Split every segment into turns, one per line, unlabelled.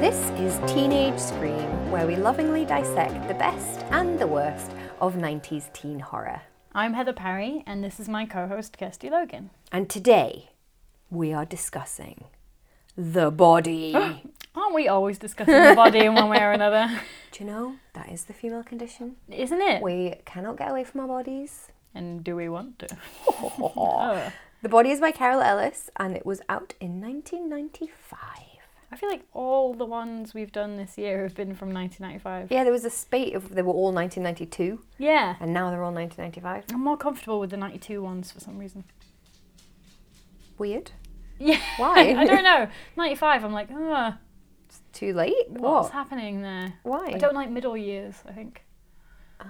This is Teenage Scream, where we lovingly dissect the best and the worst of 90s teen horror.
I'm Heather Parry, and this is my co host, Kirsty Logan.
And today we are discussing the body. Do
Aren't we always discussing the body in one way or another?
you know that is the female condition?
Isn't it?
We cannot get away from our bodies.
And do we want to? Oh.
The Body is by Carol Ellis and it was out in 1995.
I feel like all the ones we've done this year have been from 1995.
Yeah, there was a spate of they were all 1992
Yeah.
and now they're all 1995.
I'm more comfortable with the 92 ones for some reason.
Weird.
Yeah.
Why?
I don't know. 95, I'm like, ugh,
Too late?
what's
What?
happening there?
Why?
I don't like middle years, I think.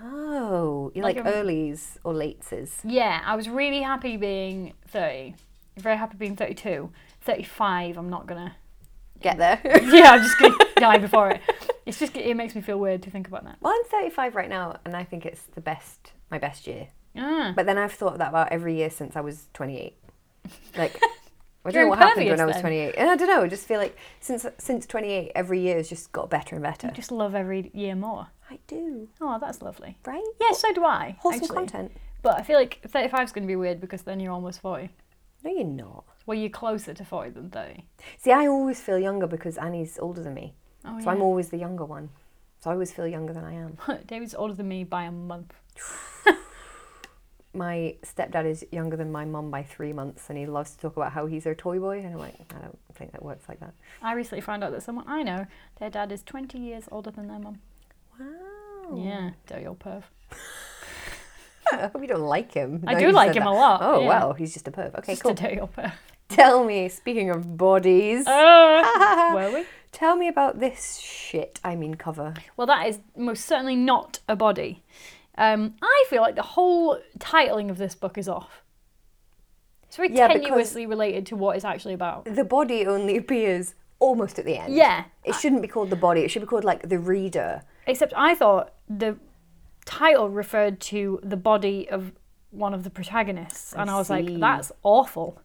Oh, you like,
Like a-
earlies or lateses.
Yeah, I was really happy being 30. Very happy being 32. 35, I'm not gonna.
Get there.
yeah, I'm just gonna die before it. It's just it makes me feel weird to think about that.
well, I'm 35 right now and I think it's the best, my best year.
Ah,
But then I've thought that about every year since I was 28. Like, I don't
You're
know what happened when
impervious
I was
then.
28. And I don't know, I just feel like since since 28, every year has just got better and better.
I just love every year more.
I do,
Oh, that's lovely.
right?
Yeah, so do I.
Wholesome
actually.
content.
But I feel like 35 is going to be weird because then you're almost 40.
No, you're not.
Well, you're closer to 40 than 30.
See, I always feel younger because Annie's older than me.
Oh,
So I'm always the younger one. So I always feel younger than I am.
David's older than me by a month.
My stepdad is younger than my mum by three months and he loves to talk about how he's her toy boy. And I'm like, I don't think that works like that.
I recently found out that someone I know, their dad is 20 years older than their mum.
Wow.
Yeah, dirty old perv.
I hope you don't like him.
I
now
do
you've
like
said
him
that.
a lot,
Oh,
yeah.
wow. He's just a perv. Okay,
just
cool.
a dirty old perv.
Tell me, speaking of bodies,
Uh, were we?
tell me about this shit. I mean, cover.
Well, that is most certainly not a body. Um, I feel like the whole titling of this book is off. It's very
Yeah, because-
tenuously related to what it's actually about.
The body only appears almost at the end.
Yeah,
It shouldn't be called the body, it should be called like the reader.
except I thought the title referred to the body of one of the protagonists, and I was
see.
like, that's awful,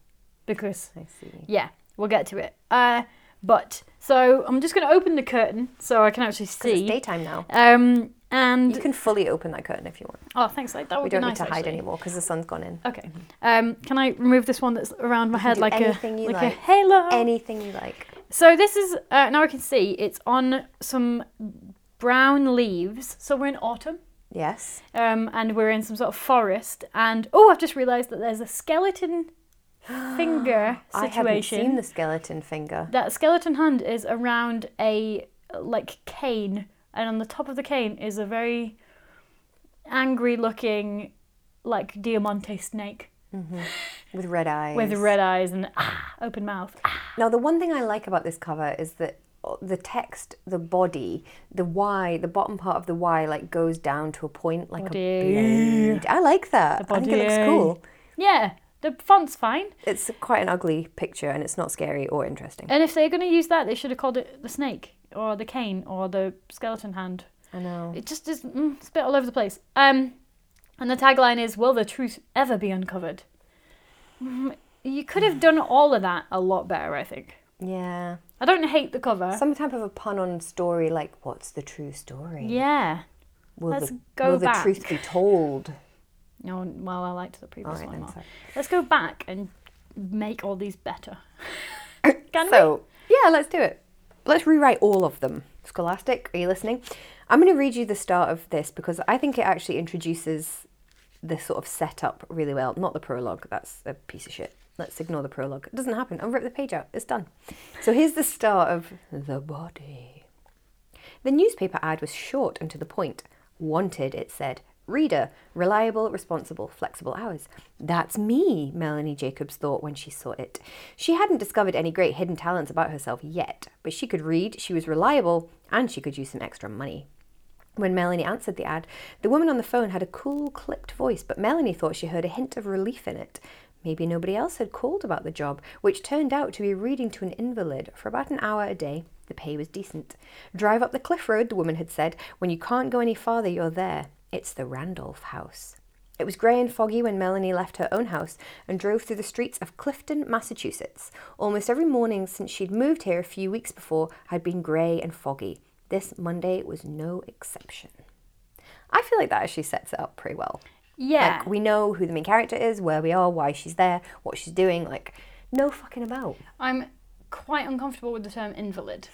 because
I see.
yeah, we'll get to it. Uh, but so I'm just going to open the curtain so I can actually
It's
see.
daytime now.
Um, and
You can fully open that curtain if you want.
oh, thanks. Like that would
We
be
don't
nice.
need to hide
actually.
anymore because the sun's gone in.
Okay. Um, can I remove this one that's around my head
do
like a
anything you
like,
like.
a halo?
Anything you like.
so this is uh, now I can see it's on some brown leaves. So we're in autumn,
Yes.
um, and we're in some sort of forest. And oh, I've just realised that there's a skeleton finger
I haven't
situation.
seen the skeleton finger.
That skeleton hand is around a like cane, and on the top of the cane is a very angry-looking, like Diamante snake
With red eyes.
with red eyes and ah, open mouth.
Now, the one thing I like about this cover is that uh, the text, the body, the Y, the bottom part of the Y, like goes down to a point, like a
Body.
blade. I like that. I think it looks
body.
cool.
Yeah, the font's fine.
It's quite an ugly picture, and it's not scary or interesting.
And if they're going to use that, they should have called it the snake or the cane or the skeleton hand.
I know.
It just is mm, it's a bit all over the place. Um, and the tagline is, "Will the truth ever be uncovered?" Mm, you could have done all of that a lot better, I think.
Yeah,
I don't hate the cover.
some type of a pun on story, like what's the true story?
Yeah.
will
let's
the,
go
will the truth
back.
be told?
No, Oh, well, I liked the previous
Alright
one.
then,
more.
sorry.
Let's go back and make all these better. Can we?
So, yeah, let's do it. Let's rewrite all of them. Scholastic, are you listening? I'm going to read you the start of this because I think it actually introduces the sort of setup really well. Not the prologue, that's a piece of shit. Let's ignore the prologue. It doesn't happen. I'll rip the page out. It's done. So here's the start of The Body. The newspaper ad was short and to the point. Wanted, it said. Reader, reliable, responsible, flexible hours. That's me, Melanie Jacobs thought when she saw it. She hadn't discovered any great hidden talents about herself yet, but she could read, she was reliable, and she could use some extra money. When Melanie answered the ad, the woman on the phone had a cool, clipped voice, but Melanie thought she heard a hint of relief in it. Maybe nobody else had called about the job, which turned out to be reading to an invalid for about an hour a day. The pay was decent. Drive up the cliff road, the woman had said. When you can't go any farther, you're there. It's the Randolph house. It was grey and foggy when Melanie left her own house and drove through the streets of Clifton, Massachusetts. Almost every morning since she'd moved here a few weeks before had been grey and foggy. This Monday was no exception. I feel like that actually sets it up pretty well.
Yeah.
Like, we know who the main character is, where we are, why she's there, what she's doing. Like, no fucking about.
I'm quite uncomfortable with the term invalid.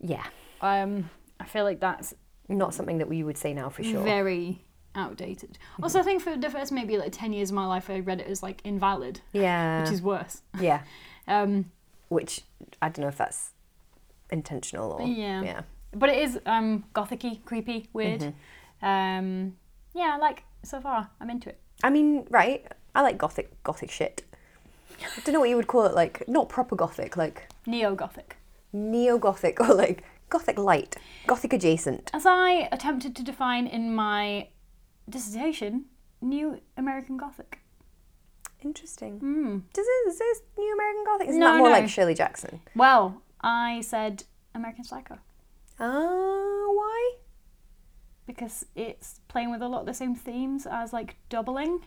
Yeah.
Um, I feel like that's
Not something that we would say now for sure.
very outdated. Also, I think for the first maybe like 10 years of my life, I read it as like invalid,
yeah.
which is worse.
yeah.
Um,
Which, I don't know if that's intentional or.
Yeah.
Yeah.
but it is um, gothicy, creepy, weird.
Mm-hmm.
Um, yeah, like so far, I'm into it.
I mean, right? I like gothic gothic shit. I don't know what you would call it, like not proper gothic, like
Neo gothic.
neo gothic or like gothic light, gothic adjacent.
As I attempted to define in my dissertation, new American gothic. Hmm.
Interesting. Hmm. Does it, is this new American gothic? Isn't
No,
that more
no.
like Shirley Jackson?
Well, I said American Psycho
Uh, why?
because it's playing with a lot of the same themes as like doubling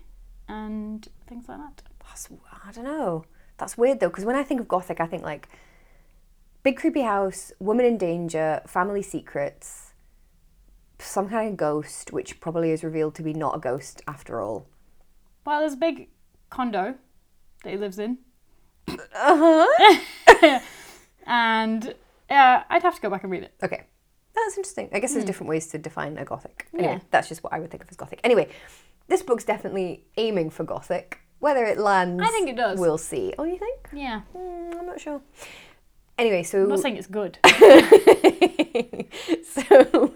and things like that.
That's, I don't know. That's weird though, because when I think of gothic, I think like big creepy house, woman in danger, family secrets, some kind of ghost, which probably is revealed to be not a ghost after all.
Well, there's a big condo that he lives in.
Uh-huh.
Uh huh. and uh, I'd have to go back and read it.
Okay. Oh, That's interesting. I guess there's different ways to define a gothic. Anyway,
Hmm. Yeah.
that's just what I would think of as gothic. Anyway, this book's definitely aiming for gothic. Whether it lands,
I think it does.
We'll see. Oh, you think?
Yeah. I'm
Mm, I'm not sure. Anyway, so
not saying it's good.
so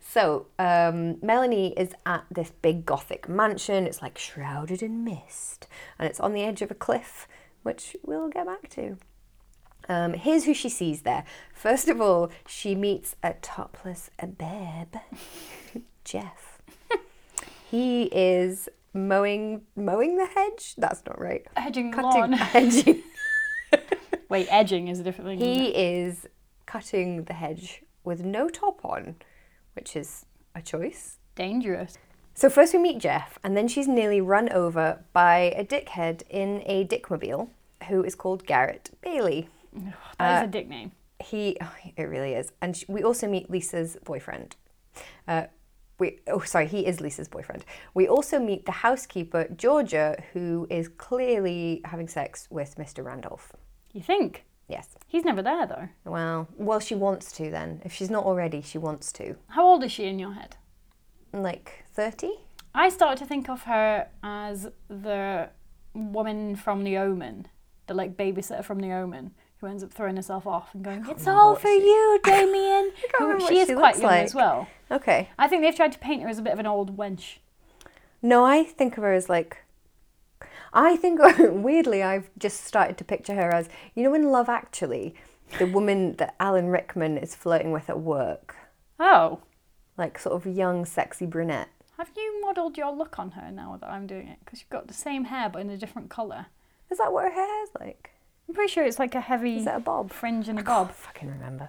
so um, Melanie is at this big gothic mansion. It's like shrouded in mist, and it's on the edge of a cliff, which we'll get back to. Um, here's who she sees there. First of all, she meets a topless babe, Jeff. He is mowing mowing the hedge. That's not right.
Edging the
Cutting
lawn.
hedging.
Wait, edging is a different thing. isn't it?
He is cutting the hedge with no top on, which is a choice.
Dangerous.
So first we meet Jeff, and then she's nearly run over by a dickhead in a dickmobile who is called Garrett Bailey. Uh,
That is a dick name.
He, oh, it really is. And sh we also meet Lisa's boyfriend. Uh, we, oh, sorry, he is Lisa's boyfriend. We also meet the housekeeper, Georgia, who is clearly having sex with Mr. Randolph.
You think?
Yes.
He's never there though.
Well, well, she wants to then. If she's not already, she wants to.
How old is she in your head?
like 30
I started to think of her as the woman from The Omen, the like babysitter from The Omen, who ends up throwing herself off and going, "It's all for you, Damien."
can't remember what
she is
she
quite
looks
young as
like.
well.
okay
I think they've tried to paint her as a bit of an old wench.
no i think of her as like i think weirdly i've just started to picture her as you know in love actually the woman that alan rickman is flirting with at work
Oh,
like sort of young sexy brunette
have you modelled your look on her now that I'm doing it? Because you've got the same hair but in a different colour.
is that what her hair is like
I'm pretty sure it's like a heavy
is that a bob
fringe and a
bob
bob.
fucking remember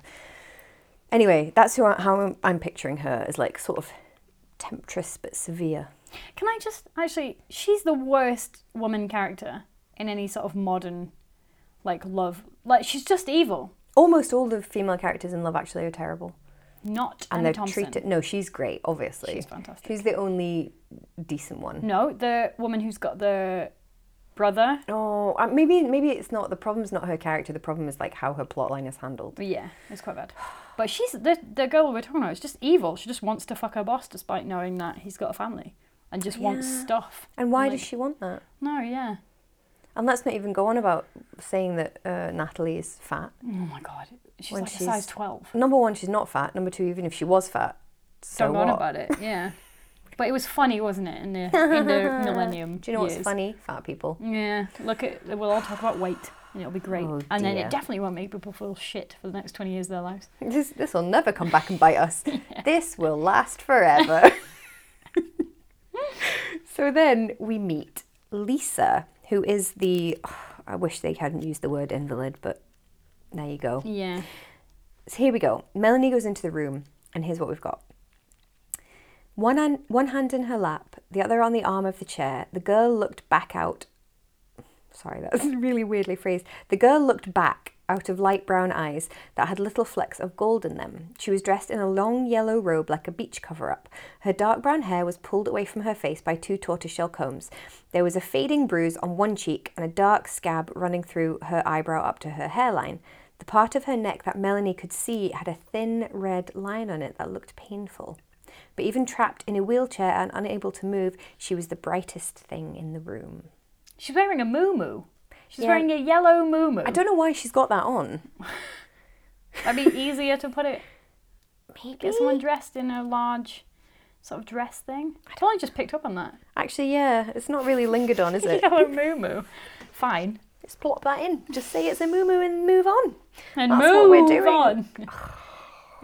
anyway that's who I, how I'm, I'm picturing her as like sort of temptress but severe
Can I just actually? She's the worst woman character in any sort of modern, like love. Like she's just evil.
almost all the female characters in love actually are terrible
Not
and
Emma
they're
Thompson.
treated no she's great obviously
She's fantastic. Mm.
She's the only decent one.
No, the woman who's got the brother.
Oh, uh, maybe maybe it's not the problem's not her character. The problem is like how her plotline is handled.
But yeah, it's quite bad. But she's the the girl we're talking about is just evil. She just wants to fuck her boss despite knowing that he's got a family and just wants
Yeah.
stuff.
And why
Like-
does she want that?
No, yeah.
And let's not even go on about saying that uh, Natalie is fat.
Oh my god, she's
When
like a
she's-
size twelve.
Number one, she's not fat. Number two, even if she was fat, so
Don't go on
what?
about it. Yeah. But it was funny, wasn't it, in the in the millennium?
Do you know what's
years.
funny? Fat people.
Yeah, look at we'll all talk about weight, and it'll be great.
Oh,
and then
dear.
it definitely won't make people feel shit for the next twenty years of their lives.
This this will never come back and bite us. This will last forever. so then we meet Lisa, who is the. I wish they hadn't used the word invalid, but there you go.
Yeah.
So here we go. Melanie goes into the room, and here's what we've got. One, hand, one hand in her lap, the other on the arm of the chair, the girl looked back out. Sorry, that's really weirdly phrased. The girl looked back out of light brown eyes that had little flecks of gold in them. She was dressed in a long yellow robe like a beach cover up. Her dark brown hair was pulled away from her face by two tortoiseshell combs. There was a fading bruise on one cheek and a dark scab running through her eyebrow up to her hairline. The part of her neck that Melanie could see had a thin red line on it that looked painful. But even trapped in a wheelchair and unable to move, she was the brightest thing in the room.
She's wearing a moo She's
Yeah.
wearing a yellow moo
I don't know why she's got that on.
That'd be easier to put it.
Maybe.
Get someone dressed in a large sort of dress thing. I totally just picked up on that.
Actually, yeah, it's not really lingered on, is it?
Yellow moo Fine.
Let's plop that in. Just say it's a moo moo and move on.
And
That's
move
what we're doing.
on.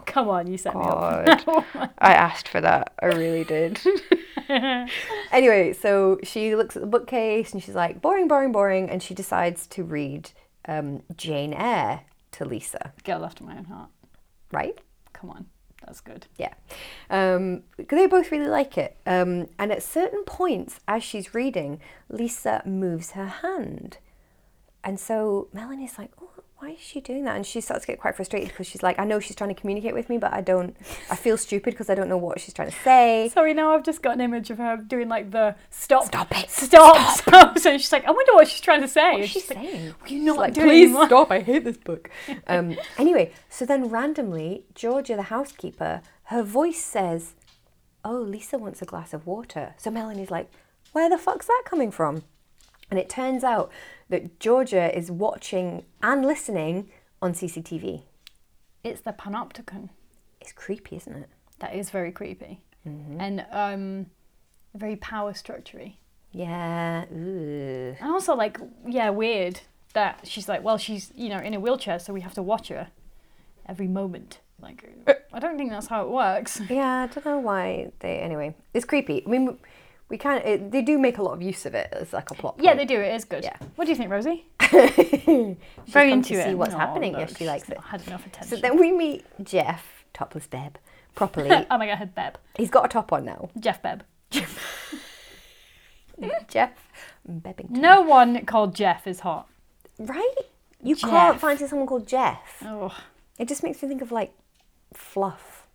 Come on, you set me up.
I asked for that. I really did. anyway, so she looks at the bookcase and she's like, boring, boring, boring. And she decides to read um, Jane Eyre to Lisa,
Girl after my own heart.
right?
Come on. That's good.
Yeah. Um, 'cause they both really like it. Um, and at certain points, as she's reading, Lisa moves her hand. And so Melanie's like, oh, why is she doing that? And she starts to get quite frustrated because she's like, I know she's trying to communicate with me, but I don't, I feel stupid because I don't know what she's trying to say.
Sorry, now I've just got an image of her doing like the stop.
Stop it.
Stop. Stop. So she's like, I wonder what she's trying to say.
What's
And
she
she's like,
saying?
Will you not
like,
doing
please
what-"
stop, I hate this book. Um, anyway, so then randomly, Georgia, the housekeeper, her voice says, Oh, Lisa wants a glass of water. So Melanie's like, Where the fuck's that coming from? And it turns out that Georgia is watching and listening on CCTV.
It's the panopticon.
It's creepy, isn't it?
That is very creepy. And um, very power structury.
Yeah. Ooh.
And also, like, yeah, weird that she's like, well, she's, you know, in a wheelchair, so we have to watch her every moment. Like, I don't think that's how it works.
Yeah, I don't know why they. Anyway, it's creepy. I mean, we can't. It, they do make a lot of use of it as like a plot.
Yeah,
point.
they do. It is good.
Yeah.
What do you think, Rosie?
She's come to see what's
Oh, No,
happening.
look,
Yes, she
she's
likes it.
not Had enough
So
attention.
then we meet Jeff, topless Deb, properly.
oh my god, I had Beb.
He's got a top on now.
Jeff Beb.
Jeff Bebbington.
No one called Jeff is hot.
Right? You
Jeff.
can't fancy someone called Jeff.
Oh,
It just makes me think of like fluff.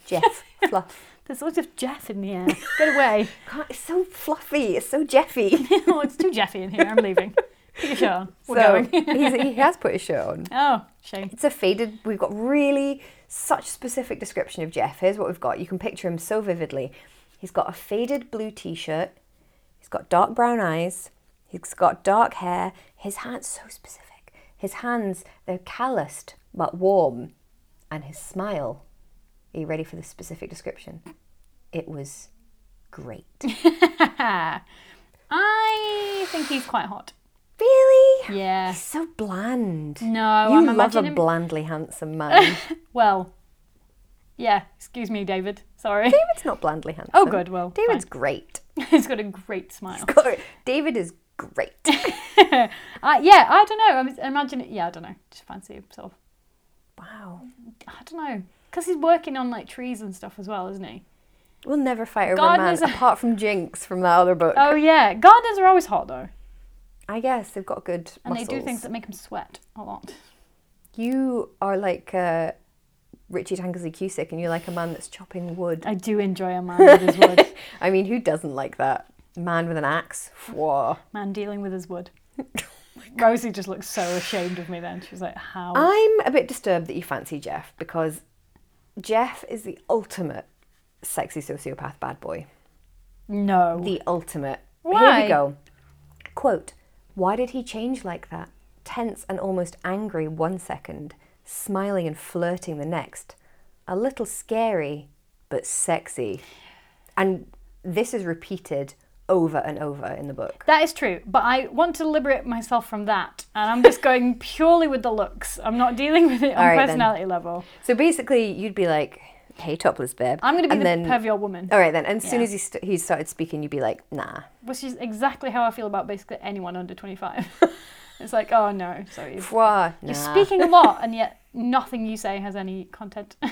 Jeff Fluff.
there's lots of Jeff in the air. Get away.
Can't, it's so fluffy. It's so Jeffy.
oh, it's too Jeffy in here. I'm leaving. Pick a shirt on. We're
so
going.
he's, he has put his shirt on.
Oh, shame.
It's a faded. We've got really such specific description of Jeff. Here's what we've got. You can picture him so vividly. He's got a faded blue t-shirt. He's got dark brown eyes. He's got dark hair. His hands so specific. His hands they're calloused but warm, and his smile. Are you ready for the specific description? It was great.
I think he's quite hot.
really?
Yeah.
He's so bland.
No,
you
I'm
love a
imagining.
blandly handsome man.
well, yeah. Excuse me, David. Sorry.
David's not blandly handsome.
Oh, good. Well,
David's great.
he's got a great smile.
God, David is great.
I, Uh, yeah, I don't know. I'm imagining. Yeah, I don't know. Just fancy himself.
Wow.
I don't know. Because he's working on like trees and stuff as well, isn't he?
We'll never fight over
God,
a man
there's a-
apart from Jinx from that other book.
Oh yeah, gardeners are always hot though,
I guess they've got good
and
muscles.
they do things that make them sweat a lot.
You are like uh, Richard Tankersley Cusick, and you're like a man that's chopping wood.
I do enjoy a man with his wood.
I mean, who doesn't like that? Man with an axe. Whoa.
Man dealing with his wood. Rosie just looks so ashamed of me. Then she was like, "How?"
I'm a bit disturbed that you fancy Jeff because Jeff is the ultimate sexy sociopath bad boy.
no.
The ultimate. Here
Why?
we go. Quote Why did he change like that? Tense and almost angry one second, smiling and flirting the next. A little scary, but sexy. And this is repeated over and over in the book.
That is true, but I want to liberate myself from that, and I'm just going purely with the looks. I'm not dealing with it on
right, then.
personality level.
So basically, you'd be like, hey, topless babe.
I'm going to be
and
the
then,
pervert woman,
All right then. And as soon
Yeah.
as he, st- he started speaking, you'd be like, nah.
which is exactly how I feel about basically anyone under 25. it's like, oh no, sorry. You're
Pwah, nah.
speaking a lot, and yet nothing you say has any content.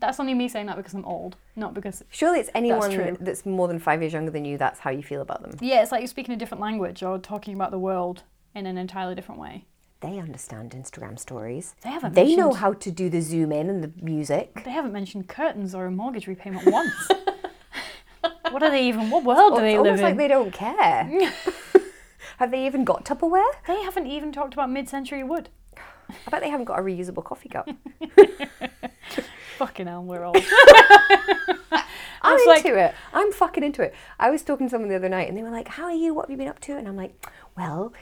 That's only me saying that because I'm old, not because.
Surely it's anyone
true.
that's, more than five years younger than you. That's how you feel about them.
Yeah, it's like you're speaking a different language or talking about the world in an entirely different way.
They understand Instagram stories.
They haven't.
They
mentioned,
know how to do the zoom in and the music.
They haven't mentioned curtains or a mortgage repayment once. what are they even? What world do
it's
they live
almost like
in?
they don't care. Have they even got Tupperware?
They haven't even talked about mid-century wood.
I bet they haven't got a reusable coffee cup.
Fucking hell, we're old.
I'm
It's
into
like-
it. I'm fucking into it. I was talking to someone the other night and they were like, How are you? What have you been up to? And I'm like, Well,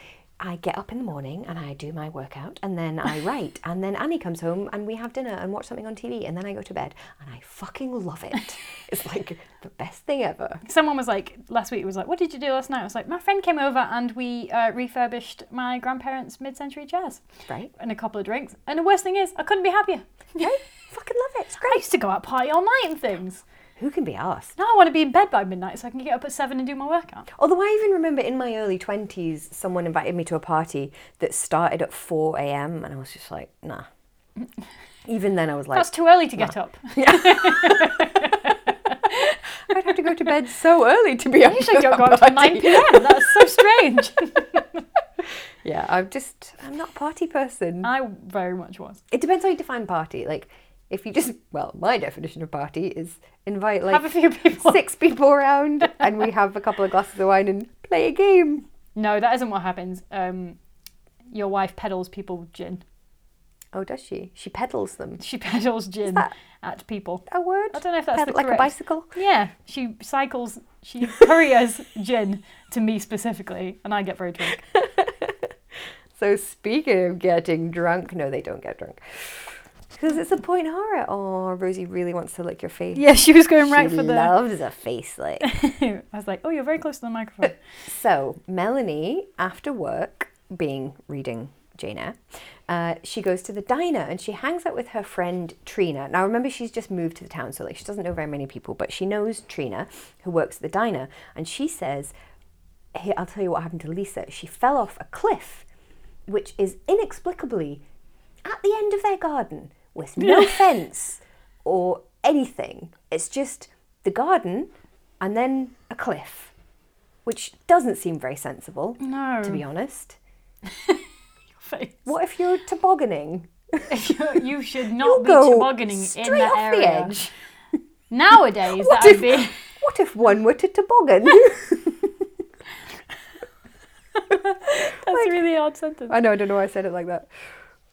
I get up in the morning and I do my workout and then I write and then Annie comes home and we have dinner and watch something on TV and then I go to bed and I fucking love it. it's like the best thing ever.
Someone was like last week was like, "What did you do last night?" I was like, "My friend came over and we uh, refurbished my grandparents' mid-century chairs
Right?
and a couple of drinks." And the worst thing is, I couldn't be happier.
Right? fucking love it. It's
I
great.
used to go out party all night and things.
Who can be asked?
Now I want to be in bed by midnight so I can get up at seven and do my workout.
Although I even remember in my early 20s, someone invited me to a party that started at 4 a.m. and I was just like, nah. Even then, I was like,
That's too early to get up.
I'd have to go to bed so early to be up.
Usually
for
don't
that
go out till
party.
nine p.m. That's so strange.
Yeah, I'm just I'm not a party person.
I very much was.
It depends how you define party. Like if you just well, my definition of party is invite
Have a
like
few people.
six people around and we have a couple of glasses of wine and play a game.
No, that isn't what happens. Um, your wife peddles people gin.
Oh, does she? She pedals them. Is
She peddles gin
that-
at people.
that A word?
I don't know if that's
Pedal-
the
like
correct-
a bicycle.
Yeah, she cycles, she couriers gin to me specifically, and I get very drunk.
So speaking of getting drunk, no, they don't get drunk. Because it's a point horror. Oh, Rosie really wants to lick your face.
Yeah, she was going right
she
for the.
loves a face lick.
I was like, oh, you're very close to the microphone.
So Melanie, after work, being reading Jane Eyre, uh, she goes to the diner and she hangs out with her friend Trina. Now remember, she's just moved to the town, so like she doesn't know very many people, but she knows Trina, who works at the diner, and she says, "Here, I'll tell you what happened to Lisa. She fell off a cliff, which is inexplicably at the end of their garden with no fence or anything. It's just the garden and then a cliff." which doesn't seem very sensible,
No.
to be honest.
Face.
What if you're tobogganing?
You- you should not
You'll
be
go
tobogganing
straight
in that
off
area.
the edge.
Nowadays,
What
that would
if-
be.
What if one were to toboggan?
That's a really odd sentence.
I know, I don't know why I said it like that.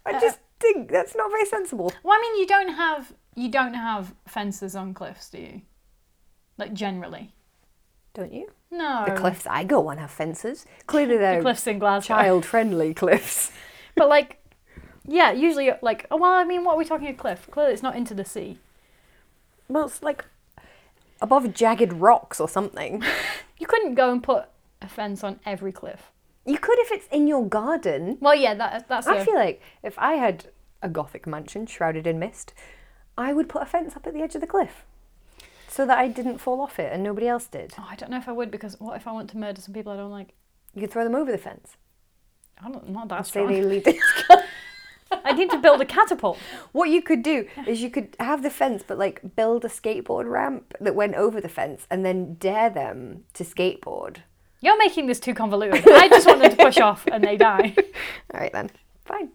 I
Uh,
just think that's not very sensible.
Well, I mean, you don't have you don't have fences on cliffs, do you? Like generally,
Don't you?
no.
The cliffs I go on have fences. Clearly they're
Oh. cliffs in Glasgow.
child friendly cliffs.
But like, yeah, usually like, oh, well, I mean, what are we talking a cliff? Clearly, it's not into the sea.
Well, it's like above jagged rocks or something.
You couldn't go and put a fence on every cliff.
You could if it's in your garden.
Well, yeah, that, that's
I
a,
feel like if I had a gothic mansion shrouded in mist, I would put a fence up at the edge of the cliff so that I didn't fall off it and nobody else did.
Oh, I don't know if I would because what if I want to murder some people I don't like?
You could throw them over the fence.
I'm not, not that
Say
strong.
they lead.
I need to build a catapult.
what you could do is you could have the fence, but like build a skateboard ramp that went over the fence and then dare them to skateboard.
You're making this too convoluted. I just want them to push off and they die.
All right then, fine.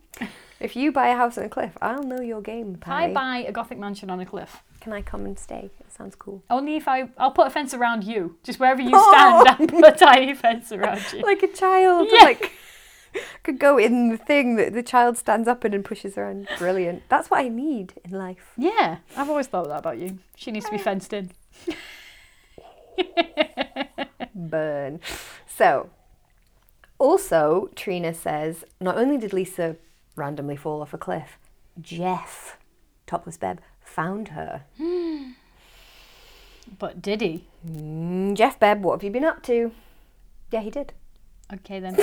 If you buy a house on a cliff, I'll know your game,
I
Patty.
buy a gothic mansion on a cliff.
Can I come and stay? It sounds cool.
Only if I I'll put a fence around you. Just wherever you
Oh.
stand, I'll put a tiny fence around you.
like a child.
Yeah.
Like could go in the thing that the child stands up in and pushes around. Brilliant. That's what I need in life.
Yeah, I've always thought that about you. She needs to be fenced in.
Burn. So also Trina says not only did Lisa randomly fall off a cliff, Jeff, topless Beb, found her.
But did he?
Mm, Jeff Beb, what have you been up to? Yeah, he did.
Okay then.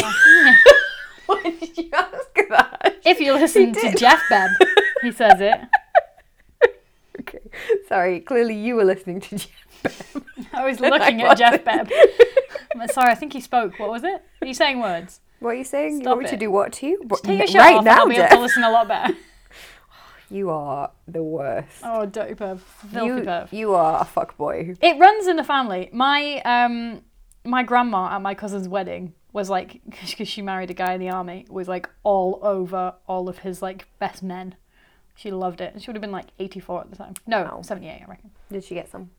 Why did you ask that?
if you listen to
did.
Jeff Beb, he says it.
Okay. Sorry, clearly you were listening to Jeff.
I was looking at Jeff Bebb. I'm sorry, I think he spoke. What was it? Are you saying words?
What are you saying? you
Stop
want me to
it.
do what to you? What-
Take your
n-
shirt
right
off and
now,
I'll be
Jeff.
able to listen a lot better.
You are the worst.
Oh, dirty perv. Filthy
You,
perv.
you are a fuckboy.
It runs in the family. My um my grandma at my cousin's wedding was like because she married a guy in the army was like all over all of his like best men. She loved it. She would have been like 84 at the time. No,
Wow.
78, I reckon.
Did she get some?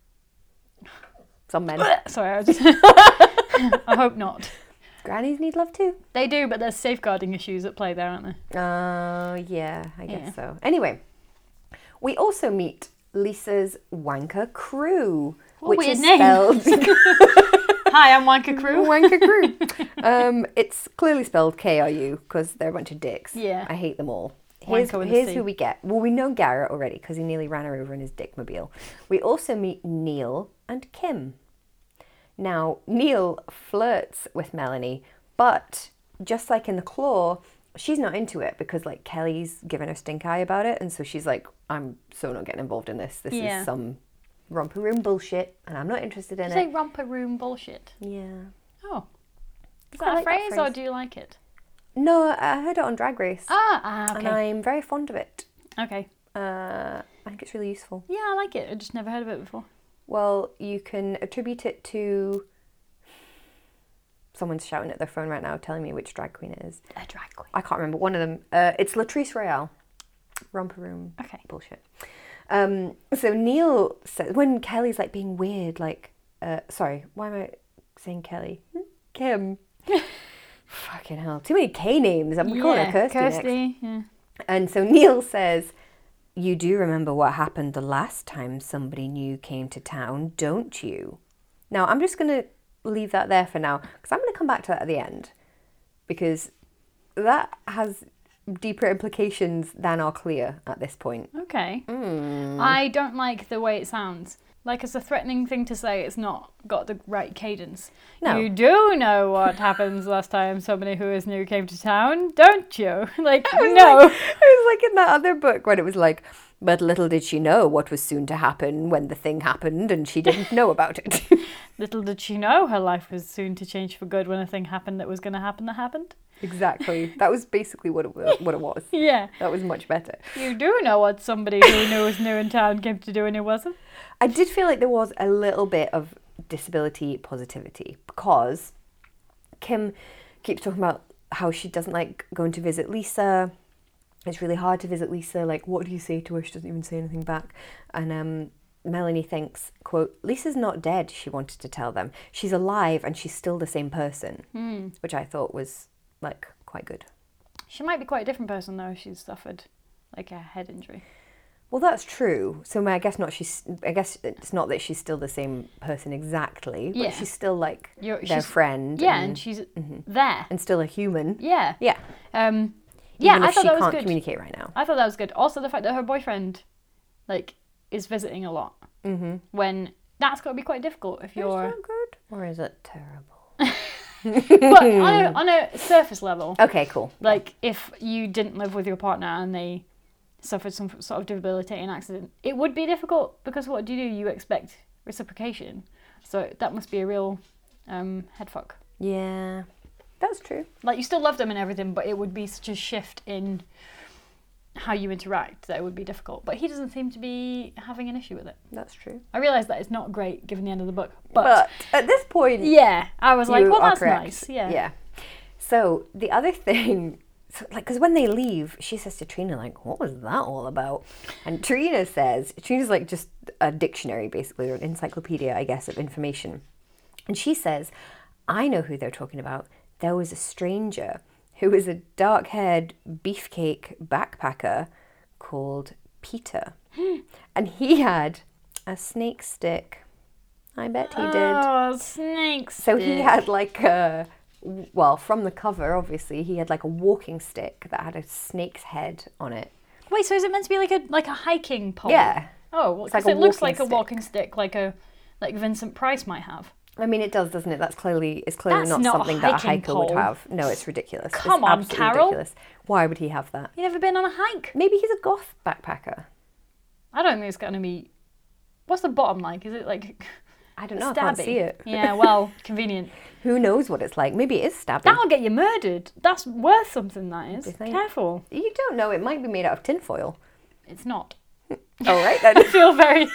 Some men.
Sorry, I was just I hope not.
Grannies need love too.
They do, but there's safeguarding issues at play there, aren't there?
Uh, yeah, I guess
Yeah.
so. Anyway, we also meet Lisa's wanker crew,
What a
which
weird
is
name.
spelled
Hi, I'm Wanker Crew.
wanker crew. um, it's clearly spelled K R U because they're a bunch of dicks.
Yeah.
I hate them all. Here's,
Wanko with a
here's
C.
who we get. Well, we know Garrett already because he nearly ran her over in his dickmobile. We also meet Neil and Kim. Now, Neil flirts with Melanie, but just like in The Claw, she's not into it because, like, Kelly's given her stink eye about it. And so she's like, I'm so not getting involved in this. This
Yeah.
is some romper room bullshit, and I'm not interested in
You
it.
say romper room bullshit.
Yeah.
Oh. Is
quite
that a
like that
phrase, or
phrase.
do you like it?
No, I heard it on Drag Race.
Ah, ah
and
okay.
I'm very fond of it.
okay.
Uh, I think it's really useful.
Yeah, I like it. I just never heard of it before.
Well, you can attribute it to. Someone's shouting at their phone right now, telling me which drag queen it is.
A drag queen.
I can't remember one of them. Uh, it's Latrice Royale. Romper room.
Okay.
Bullshit. Um, so Neil says when Kelly's like being weird, like, uh, sorry, why am I saying Kelly? Hmm? Kim. Fucking hell, too many K names. I'm calling her Kirsty. next.
Kirsty, yeah.
And so Neil says, You do remember what happened the last time somebody new came to town, don't you? Now, I'm just going to leave that there for now because I'm going to come back to that at the end because that has deeper implications than are clear at this point.
Okay.
Hmm.
I don't like the way it sounds. Like it's a threatening thing to say. It's not got the right cadence.
No.
You do know what happens last time somebody who is new came to town, don't you? Like no.
Like, it was like in that other book when it was like, but little did she know what was soon to happen when the thing happened and she didn't know about it.
Little did she know her life was soon to change for good when a thing happened that was going to happen that happened.
exactly. That was basically what it was. What it was.
Yeah.
That was much better.
You do know what somebody who knew was new in town came to do and who wasn't.
I did feel like there was a little bit of disability positivity because Kim keeps talking about how she doesn't like going to visit Lisa. It's really hard to visit Lisa. Like, what do you say to her? She doesn't even say anything back. And um, Melanie thinks, quote, Lisa's not dead, she wanted to tell them. She's alive and she's still the same person, which I thought was like quite good.
She might be quite a different person though. if She's suffered like a head injury.
Well, that's true. So I guess not. She's. I guess it's not that she's still the same person exactly, but
Yeah.
she's still like
You're-
their
she's-
friend.
Yeah,
and,
and she's
Mm-hmm.
there.
and still a human.
Yeah.
Yeah.
Um, yeah,
Even
I
if
thought
she
that was
can't
good.
communicate right now.
I thought that was good. Also, the fact that her boyfriend, like, is visiting a lot. Mm-hmm. When that's got to be quite difficult if you're.
good, or is it terrible?
but on a, on a surface level,
Okay, cool.
like if you didn't live with your partner and they suffered some sort of debilitating accident, it would be difficult because what do you do? You expect reciprocation. So that must be a real um, head fuck.
Yeah, that's true.
Like you still love them and everything, but it would be such a shift in how you interact that it would be difficult. But he doesn't seem to be having an issue with it.
That's true.
I realise that it's not great given the end of the book, but,
But, at this point,
yeah, I was like,
you
well,
are
that's
correct.
nice. Yeah.
Yeah. So the other thing, so, like, because when they leave, she says to Trina, like, what was that all about? And Trina says, Trina's like just a dictionary, basically, or an encyclopedia, I guess, of information. And she says, I know who they're talking about. There was a stranger who was a dark haired beefcake backpacker called Peter.
Hmm.
and he had a snake stick. I bet he did.
Oh, snakes.
So he had like a well, from the cover, obviously, he had like a walking stick that had a snake's head on it.
Wait, so is it meant to be like a like a hiking pole?
Yeah,
Oh, well, 'cause
like a
it looks
walking
like a
stick.
walking stick, like a like Vincent Price might have.
I mean, it does, doesn't it? That's clearly it's clearly
That's
not,
not a
something that a
hiking
hiker
pole.
would have. No, it's ridiculous. It's
Come on,
absolutely
Carol.
Ridiculous. Why would he have that?
You never been on a hike?
Maybe he's a goth backpacker.
I don't think it's going to be What's the bottom like? Is it like
I don't know.
stabby?
I can't see it.
Yeah, well, convenient.
Who knows what it's like? Maybe it is stabby.
That'll get you murdered. That's worth something. That is.
you think?
Careful.
You don't know. It might be made out of tinfoil.
It's not.
All right, then.
I feel very.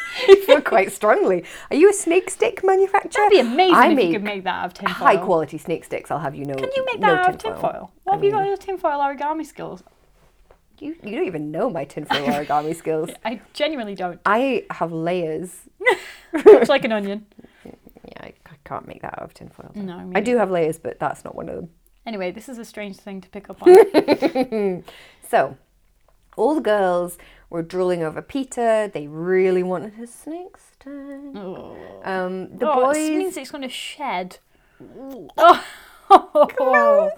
Feel quite strongly. Are you a snake stick manufacturer?
That'd be amazing
I
if
make
you could make that out of tinfoil.
high quality snake sticks. I'll have you know.
Can you make that
no
out of tinfoil? What have you got in your tinfoil origami skills?
You, you don't even know my tinfoil origami skills.
I genuinely don't.
I have layers.
It's like an onion.
Yeah, I, I can't make that out of tinfoil. though.
No,
I
maybe.
do have layers, but that's not one of them.
Anyway, this is a strange thing to pick up on.
So, all the girls were drooling over Peter. They really wanted his snake stick.
oh,
Um, the
Oh,
boys.
it means it's going to shed. Oh,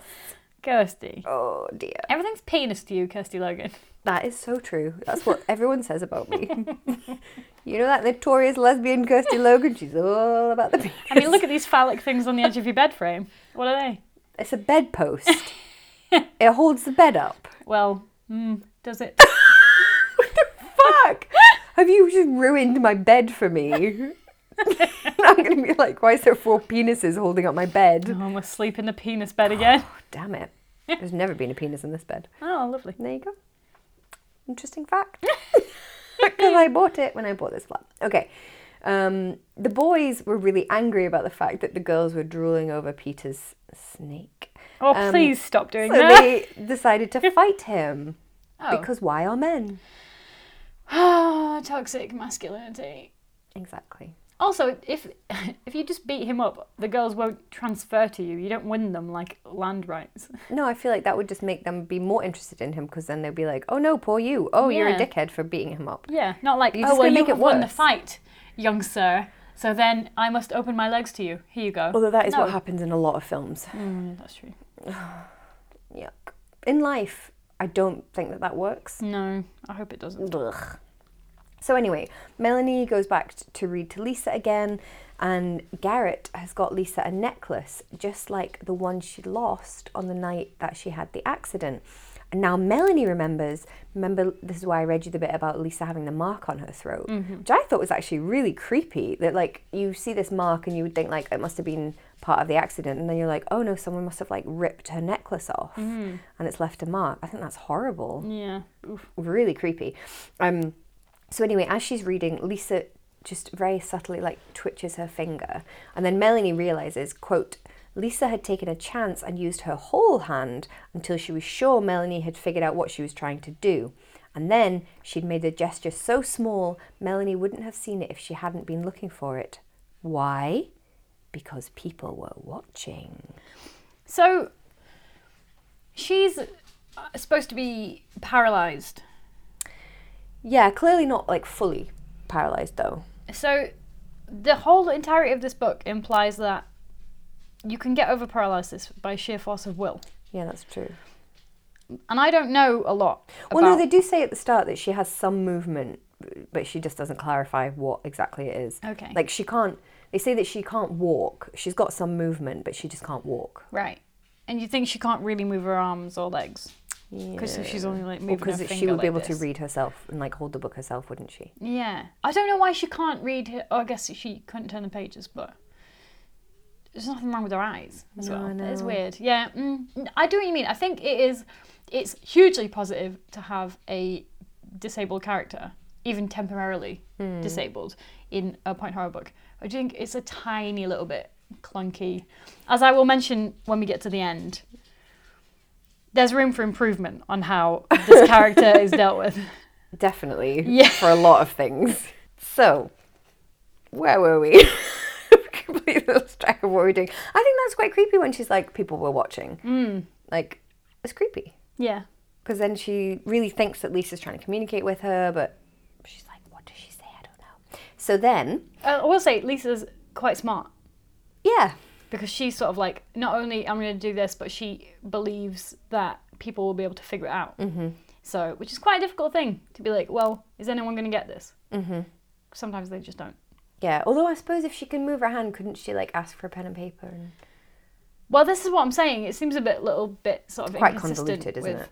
Kirsty.
Oh dear.
Everything's penis to you, Kirsty Logan.
That is so true. That's what everyone says about me. you know that notorious lesbian Kirsty Logan? She's all about the penis.
I mean, look at these phallic things on the edge of your bed frame. What are they?
It's a bedpost. it holds the bed up.
Well, mm, does it?
Fuck! Have you just ruined my bed for me? I'm gonna be like, why is there four penises holding up my bed?
Oh, I must sleep in the penis bed again.
Damn it. There's never been a penis in this bed.
Oh, lovely.
There you go. Interesting fact. Because I bought it when I bought this flat. Okay. Um, the boys were really angry about the fact that the girls were drooling over Peter's snake.
Oh,
Um,
please stop
So
doing that.
they decided to fight him.
Oh.
Because why are men?
Ah, toxic masculinity.
Exactly.
Also, if if you just beat him up, the girls won't transfer to you. You don't win them like land rights.
No, I feel like that would just make them be more interested in him because then they'd be like, oh no, poor you. Oh, you're a
Yeah.
dickhead for beating him up.
Yeah, not like
You're
oh
just
well,
gonna
you
make it
have won the
worse."
fight, young sir. So then I must open my legs to you. Here you go.
Although that is what
No.
happens in a lot of films.
Mm, that's true.
Yuck. In life, I don't think that that works.
No, I hope it doesn't.
Ugh. So anyway, Melanie goes back t- to read to Lisa again, and Garrett has got Lisa a necklace just like the one she lost on the night that she had the accident. And now Melanie remembers. Remember, this is why I read you the bit about Lisa having the mark on her throat, which I thought was actually really creepy. That like you see this mark and you would think like it must have been part of the accident, and then you're like, oh no, someone must have like ripped her necklace off, and it's left a mark. I think that's horrible
Yeah. Oof.
really creepy. Um, so anyway, as she's reading, Lisa just very subtly like twitches her finger, and then Melanie realizes, quote, Lisa had taken a chance and used her whole hand until she was sure Melanie had figured out what she was trying to do. And then she'd made the gesture so small, Melanie wouldn't have seen it if she hadn't been looking for it. Why? Because people were watching.
So she's uh, supposed to be paralyzed.
Yeah, clearly not like fully paralyzed though.
So the whole entirety of this book implies that you can get over paralysis by sheer force of will.
Yeah, that's true.
And I don't know a lot
Well,
about
no, they do say at the start that she has some movement, but she just doesn't clarify what exactly it is.
Okay.
Like she can't. They say that she can't walk. She's got some movement, but she just can't walk.
right. And you think she can't really move her arms or legs because she's only like moving
Because
her finger
she would be able
like
to
this.
read herself and like hold the book herself, wouldn't she?
Yeah, I don't know why she can't read. Her, oh, I guess she couldn't turn the pages, but there's nothing wrong with her eyes as
No, I
well. It's
know.
weird. Yeah, mm, I do what you mean. I think it is. It's hugely positive to have a disabled character, even temporarily
Hmm.
disabled, in a point horror book. I do think it's a tiny little bit clunky, as I will mention when we get to the end. There's room for improvement on how this character is dealt with.
Definitely.
Yeah.
For a lot of things. So, where were we? I've Completely lost track of what we we're doing. I think that's quite creepy when she's like, people were watching. Like, it's creepy.
Yeah.
because then she really thinks that Lisa's trying to communicate with her, but she's like, what does she say? I don't know. So then,
Uh, I will say Lisa's quite smart
yeah,
because she's sort of like not only I'm going to do this, but she believes that people will be able to figure it out. Mm-hmm. So, which is quite a difficult thing to be like, well, is anyone going to get this? Mm-hmm. Sometimes they just don't.
yeah. Although I suppose if she can move her hand, couldn't she like ask for a pen and paper? And
Well, this is what I'm saying. It seems a bit little bit sort of
Quite
inconsistent
convoluted, isn't
with-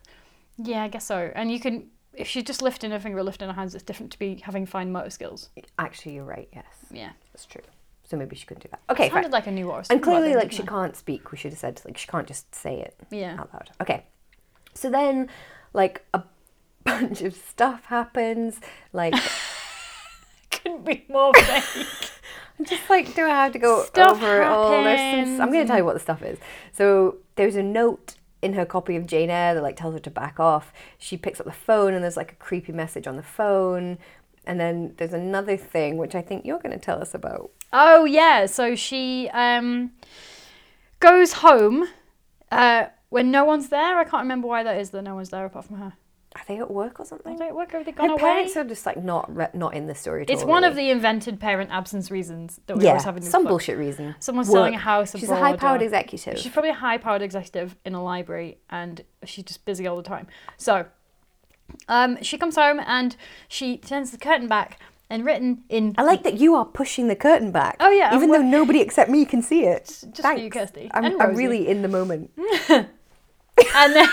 Yeah, I guess so. And you can if she's just lifting her finger or lifting her hands, it's different to be having fine motor skills.
Actually, you're right. Yes,
Yeah.
that's true. So maybe she couldn't do that. Okay, fine.
Sounded like a new or
And clearly, like she can't speak. We should have said like she can't just say it
Yeah.
out loud. Okay. So then, like a bunch of stuff happens. Like
Couldn't be more vague.
I'm just like, do I have to go
Stuff
over it all? There's some-
happens
I'm going to tell you what the stuff is. So there's a note in her copy of Jane Eyre that like tells her to back off. She picks up the phone and there's like a creepy message on the phone. And then there's another thing which I think you're going to tell us about.
Oh yeah, so she um goes home uh when no one's there. I can't remember why that is that no one's there apart from her.
Are they at work or something?
Don't work, have they gone
Her
away?
parents are just like not re- not in the story at
It's
all,
one
really.
of the invented parent absence reasons that we
yeah
always have in this
some
book.
bullshit reason.
Someone's
Work.
selling a house
She's a
abroad
high powered
or-
executive.
She's probably a high powered executive in a library and she's just busy all the time. So um, she comes home and she turns the curtain back and written in
I like that you are pushing the curtain back.
Oh, yeah,
even though nobody except me can see it.
just for you, Kirsty,
I'm,
and
I'm
Rosie.
really in the moment.
and then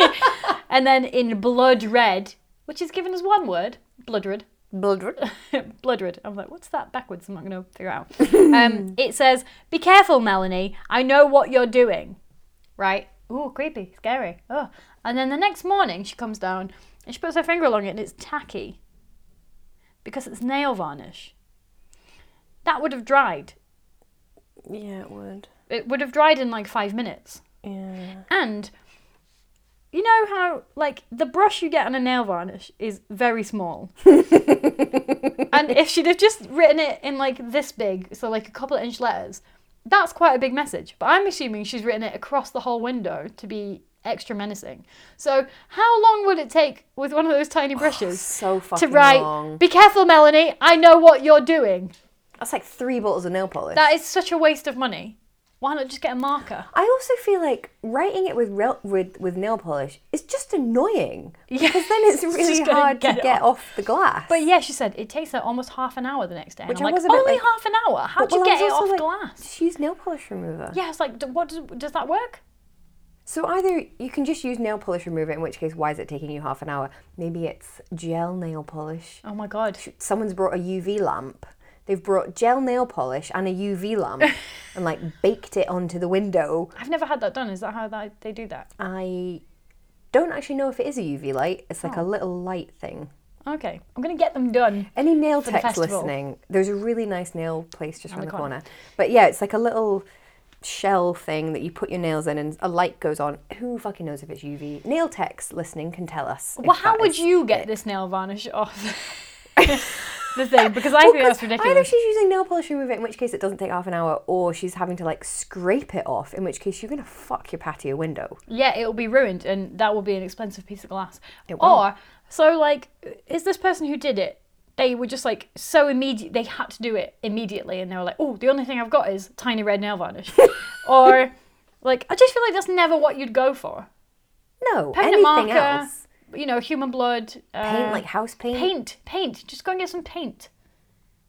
and then in blood red, which is given as one word, blood red.
Blood.
blood red. I'm like, what's that backwards? I'm not gonna figure it out. um, it says, "Be careful, Melanie. I know what you're doing." Right? Ooh, creepy, scary. Oh. And then the next morning, she comes down and she puts her finger along it, and it's tacky because it's nail varnish. That would have dried.
Yeah, it would.
It would have dried in like five minutes.
Yeah.
And you know how like the brush you get on a nail varnish is very small. and if she'd have just written it in like this big, so like a couple of inch letters, that's quite a big message. But I'm assuming she's written it across the whole window to be extra menacing. So how long would it take with one of those tiny brushes
So
to
Oh, fucking
write
long.
be careful Melanie, I know what you're doing.
That's like three bottles of nail polish.
That is such a waste of money. Why not just get a marker?
I also feel like writing it with, rel- with with nail polish is just annoying
Yeah.
because then it's
It's
really
just gonna
hard
get
to get off. the glass.
But yeah, she said it takes her almost half an hour the next day. And
Which
I'm
I
like,
was a bit
only
like-
half an hour? How'd you
Well, I was
get it
also
off
like,
glass?
Just use nail polish remover.
Yeah, it's like, d- what does, does that work?
So either you can just use nail polish remover, in which case, why is it taking you half an hour? Maybe it's gel nail polish.
Oh my god.
Someone's brought a UV lamp. They've brought gel nail polish and a UV lamp and like baked it onto the window.
I've never had that done. Is that how that, they do that?
I don't actually know if it is a UV light. It's
Oh.
like a little light thing.
Okay, I'm gonna get them done.
Any nail
the
techs
festival. Oh
listening, there's a really nice nail place just around the
the
corner.
corner.
But yeah, it's like a little shell thing that you put your nails in and a light goes on. Who fucking knows if it's UV? Nail techs listening can tell us.
Well, how would you get this nail varnish off the thing? Because I think that's
Either
ridiculous.
she's using nail polish remover, in which case it doesn't take half an hour, or she's having to like scrape it off, in which case you're gonna fuck your patio window.
Yeah, it'll be ruined, and that will be an expensive piece of glass.
It will.
Or so, like, is this person who did it? They were just like so immediate. They had to do it immediately, and they were like, "Oh, the only thing I've got is tiny red nail varnish," or like, I just feel like that's never what you'd go for.
No,
Permanent
anything
marker,
else.
you know, human blood, uh,
Paint like house paint.
paint, paint. Just go and get some paint.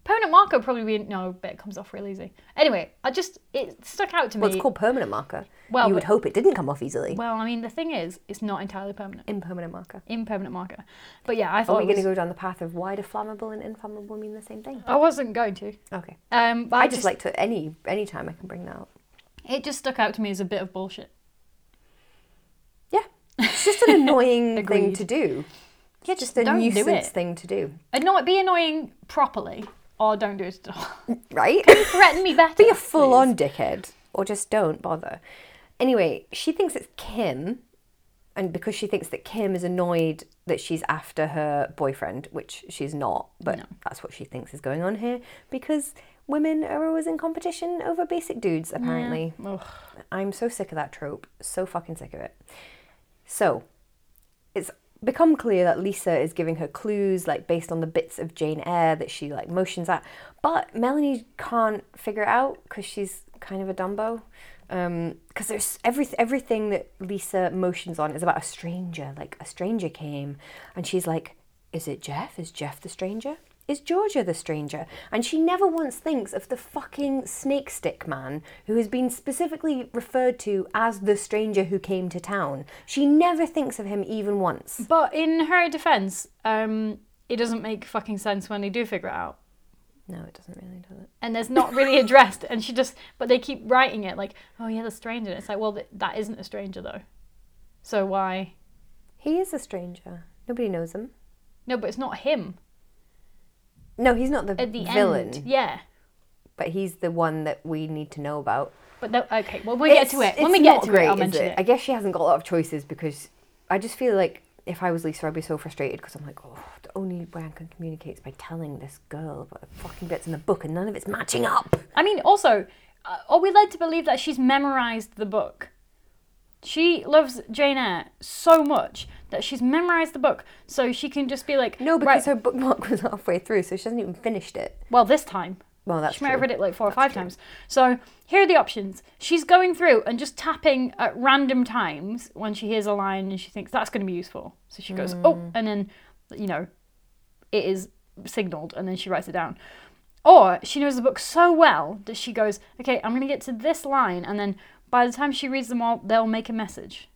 Permanent marker would probably be no, but it comes off real easy. Anyway, I just it stuck out to
Well,
me.
it's called permanent marker.
Well,
you would
but-
hope it didn't come off easily.
Well, I mean, the thing is, it's not entirely permanent.
Impermanent marker.
impermanent marker. But yeah, I
Are
thought
we
it
going
was,
to
Uh,
go down the path of why do flammable and inflammable mean the same thing?
I wasn't going to.
Okay.
Um, but
I just like to any any time I can bring that up.
it just stuck out to me as a bit of bullshit.
Yeah, it's just an annoying thing
Agreed.
to do. Yeah, just a
don't do
nuisance
it.
thing to do,
Annoy, be annoying properly, or don't do it at all.
right?
Threaten me better.
Be a full on dickhead, or just don't bother. Anyway, she thinks it's Kim, and because she thinks that Kim is annoyed that she's after her boyfriend, which she's not, but that's what she thinks is going on here, because women are always in competition over basic dudes, apparently.
Ugh.
I'm so sick of that trope. So fucking sick of it. So, it's become clear that Lisa is giving her clues, like based on the bits of Jane Eyre that she like motions at, but Melanie can't figure it out because she's kind of a dumbo. Because there's every everything that Lisa motions on is about a stranger. Like a stranger came, and she's like, "Is it Jeff? Is Jeff the stranger?" is Georgia the stranger, and she never once thinks of the fucking snake stick man who has been specifically referred to as the stranger who came to town. She never thinks of him even once.
But in her defense, um, it doesn't make fucking sense when they do figure it out.
No, it doesn't really, does it?
And there's not really addressed, and she just, but they keep writing it like, oh yeah, the stranger. And it's like, well, th- that isn't a stranger though. So why?
He is a stranger. Nobody knows him.
No, but it's not him
No, he's not the,
at the
villain,
end. Yeah.
but he's the one that we need to know about.
But the, okay, well, we'll get to
It's-
it. When
it's
we get
not
to
great,
it, I'll
is
mention it.
I guess she hasn't got a lot of choices because I just feel like if I was Lisa, I'd be so frustrated because I'm like, oh, the only way I can communicate is by telling this girl about the fucking bits in the book and none of it's matching up.
I mean, also, uh, are we led to believe that she's memorized the book? She loves Jane Eyre so much that she's memorized the book, so she can just be like,
No,
right,
because her bookmark was halfway through, so she hasn't even finished it.
well, this time.
Well, that's
She might have
true.
read it like four or five times. So here are the options. She's going through and just tapping at random times when she hears a line and she thinks that's going to be useful. So she goes,
Mm.
oh, and then, you know, it is signaled and then she writes it down. Or she knows the book so well that she goes, okay, I'm going to get to this line. And then by the time she reads them all, they'll make a message.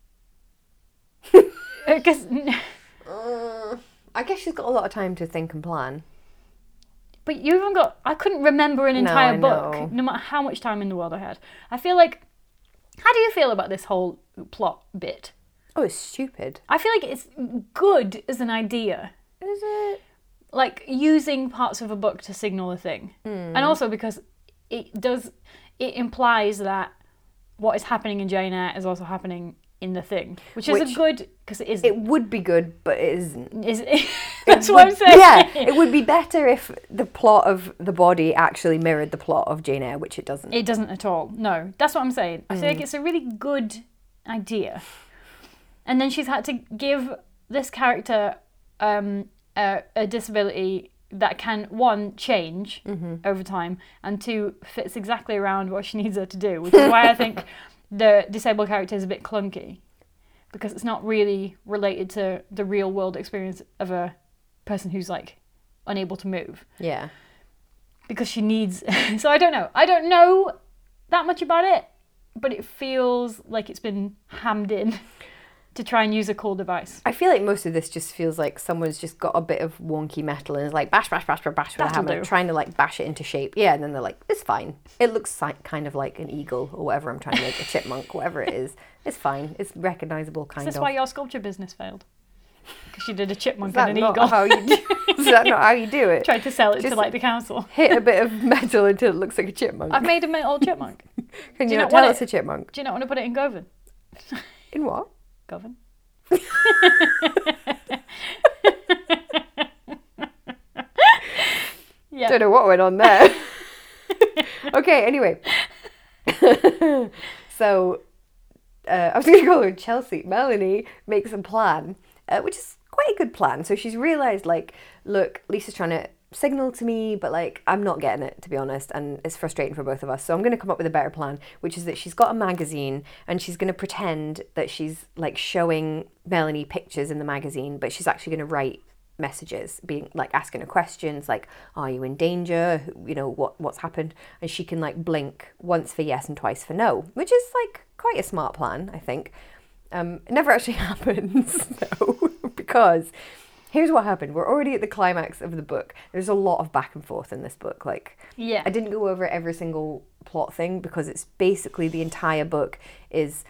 Because,
I guess she's got a lot of time to think and plan.
but you haven't got, I couldn't remember an entire
I
book,
know.
no matter how much time in the world I had. I feel like, how do you feel about this whole plot bit?
Oh, it's stupid.
I feel like it's good as an idea.
Is it?
like using parts of a book to signal a thing
Hmm.
and also because it does it implies that what is happening in jane eyre is also happening in the thing which is a
Which-
good because it is
It would be good, but it isn't.
is that's what i'm saying
Yeah, it would be better if the plot of The Body actually mirrored the plot of Jane Eyre, which it doesn't.
it doesn't at all no that's what i'm saying i feel like it's a really good idea and then she's had to give this character um, a, a disability that can one change over time and two fits exactly around what she needs her to do which is why i think the disabled character is a bit clunky because it's not really related to the real world experience of a person who's like unable to move
Yeah.
because she needs so i don't know i don't know that much about it but it feels like it's been hammed in to try and use a cool device
I feel like most of this just feels like someone's just got a bit of wonky metal and is like bash, bash, bash, bash, bash with a
That'll
hammer,
do.
trying to like bash it into shape. Yeah, and then they're like, it's fine. It looks si- kind of like an eagle or whatever I'm trying to make, a chipmunk, whatever it is. It's fine. It's recognizable, kind
is this
of.
why your sculpture business failed because you did a chipmunk
is that
and an
not
eagle
how you? Do, is that not how you do it?
tried to sell it to
Just-
like the council
Hit a bit of metal until it looks like a chipmunk.
i've made a metal chipmunk
Can
do
you
you
not
not want
tell
it?
it's a chipmunk?
do you not want to put it in govan
In what?
govan yeah
Don't know what went on there. okay, anyway. so, uh, I was going to call her Chelsea. Melanie makes a plan, uh, which is quite a good plan. So she's realised, like, look, Lisa's trying to signal to me, but, like, I'm not getting it, to be honest, and it's frustrating for both of us. So I'm going to come up with a better plan, which is that she's got a magazine and she's going to pretend that she's, like, showing Melanie pictures in the magazine, but she's actually going to write messages being like asking her questions like are you in danger Who- you know what what's happened and she can like blink once for yes and twice for no which is like quite a smart plan i think um it never actually happens though because here's what happened we're already at the climax of the book there's a lot of back and forth in this book like
yeah
I didn't go over every single plot thing because it's basically the entire book is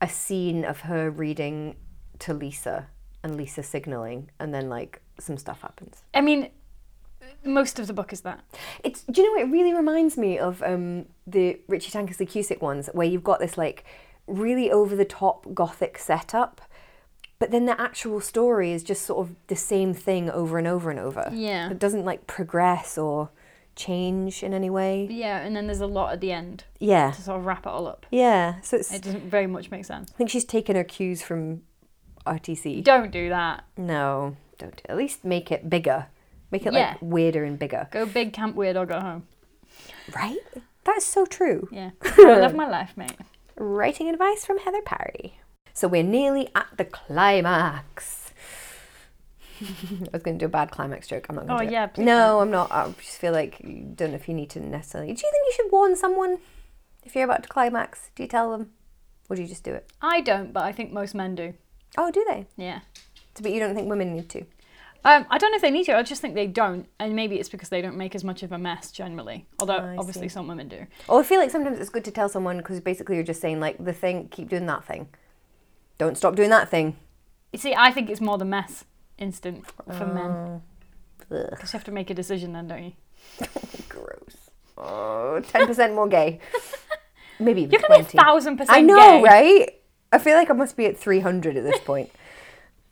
a scene of her reading to Lisa and Lisa signaling, and then like some stuff happens.
i mean most of the book is that
It's do you know what it really reminds me of um, the Richie Tankersley Cusick ones where you've got this like really over the top gothic setup, but then the actual story is just sort of the same thing over and over and over.
Yeah.
it doesn't like progress or change in any way.
yeah and then there's a lot at the end
Yeah.
to sort of wrap it all up
Yeah, so it's
it doesn't very much make sense
I think she's taken her cues from RTC.
don't do that
No, don't. At least make it bigger. Make it
Yeah.
like weirder and bigger.
Go big, camp weird, or go home.
Right? That's so true.
Yeah. I love my life, mate.
Writing advice from Heather Parry. So we're nearly at the climax. I was going to do a bad climax joke. I'm not going to.
Oh,
do it.
yeah, please
No, I'm not. I just feel like you don't know if you need to necessarily. Do you think you should warn someone if you're about to climax? Do you tell them, or do you just do it?
I don't, but I think most men do.
Oh, do they?
Yeah.
But you don't think women need to?
Um, I don't know if they need to. I just think they don't, and maybe it's because they don't make as much of a mess generally. Although
I
obviously
see.
some women do.
Or I feel like sometimes it's good to tell someone because basically you're just saying like the thing, keep doing that thing, don't stop doing that thing.
You see, I think it's more the mess instant for for men
Oh. Ugh,
because you have to make a decision then, don't you?
gross. Oh, 10% more gay. Maybe
You're
even
gonna be a
20.
thousand percent.
I
gay.
know, right? I feel like I must be at 300 at this point.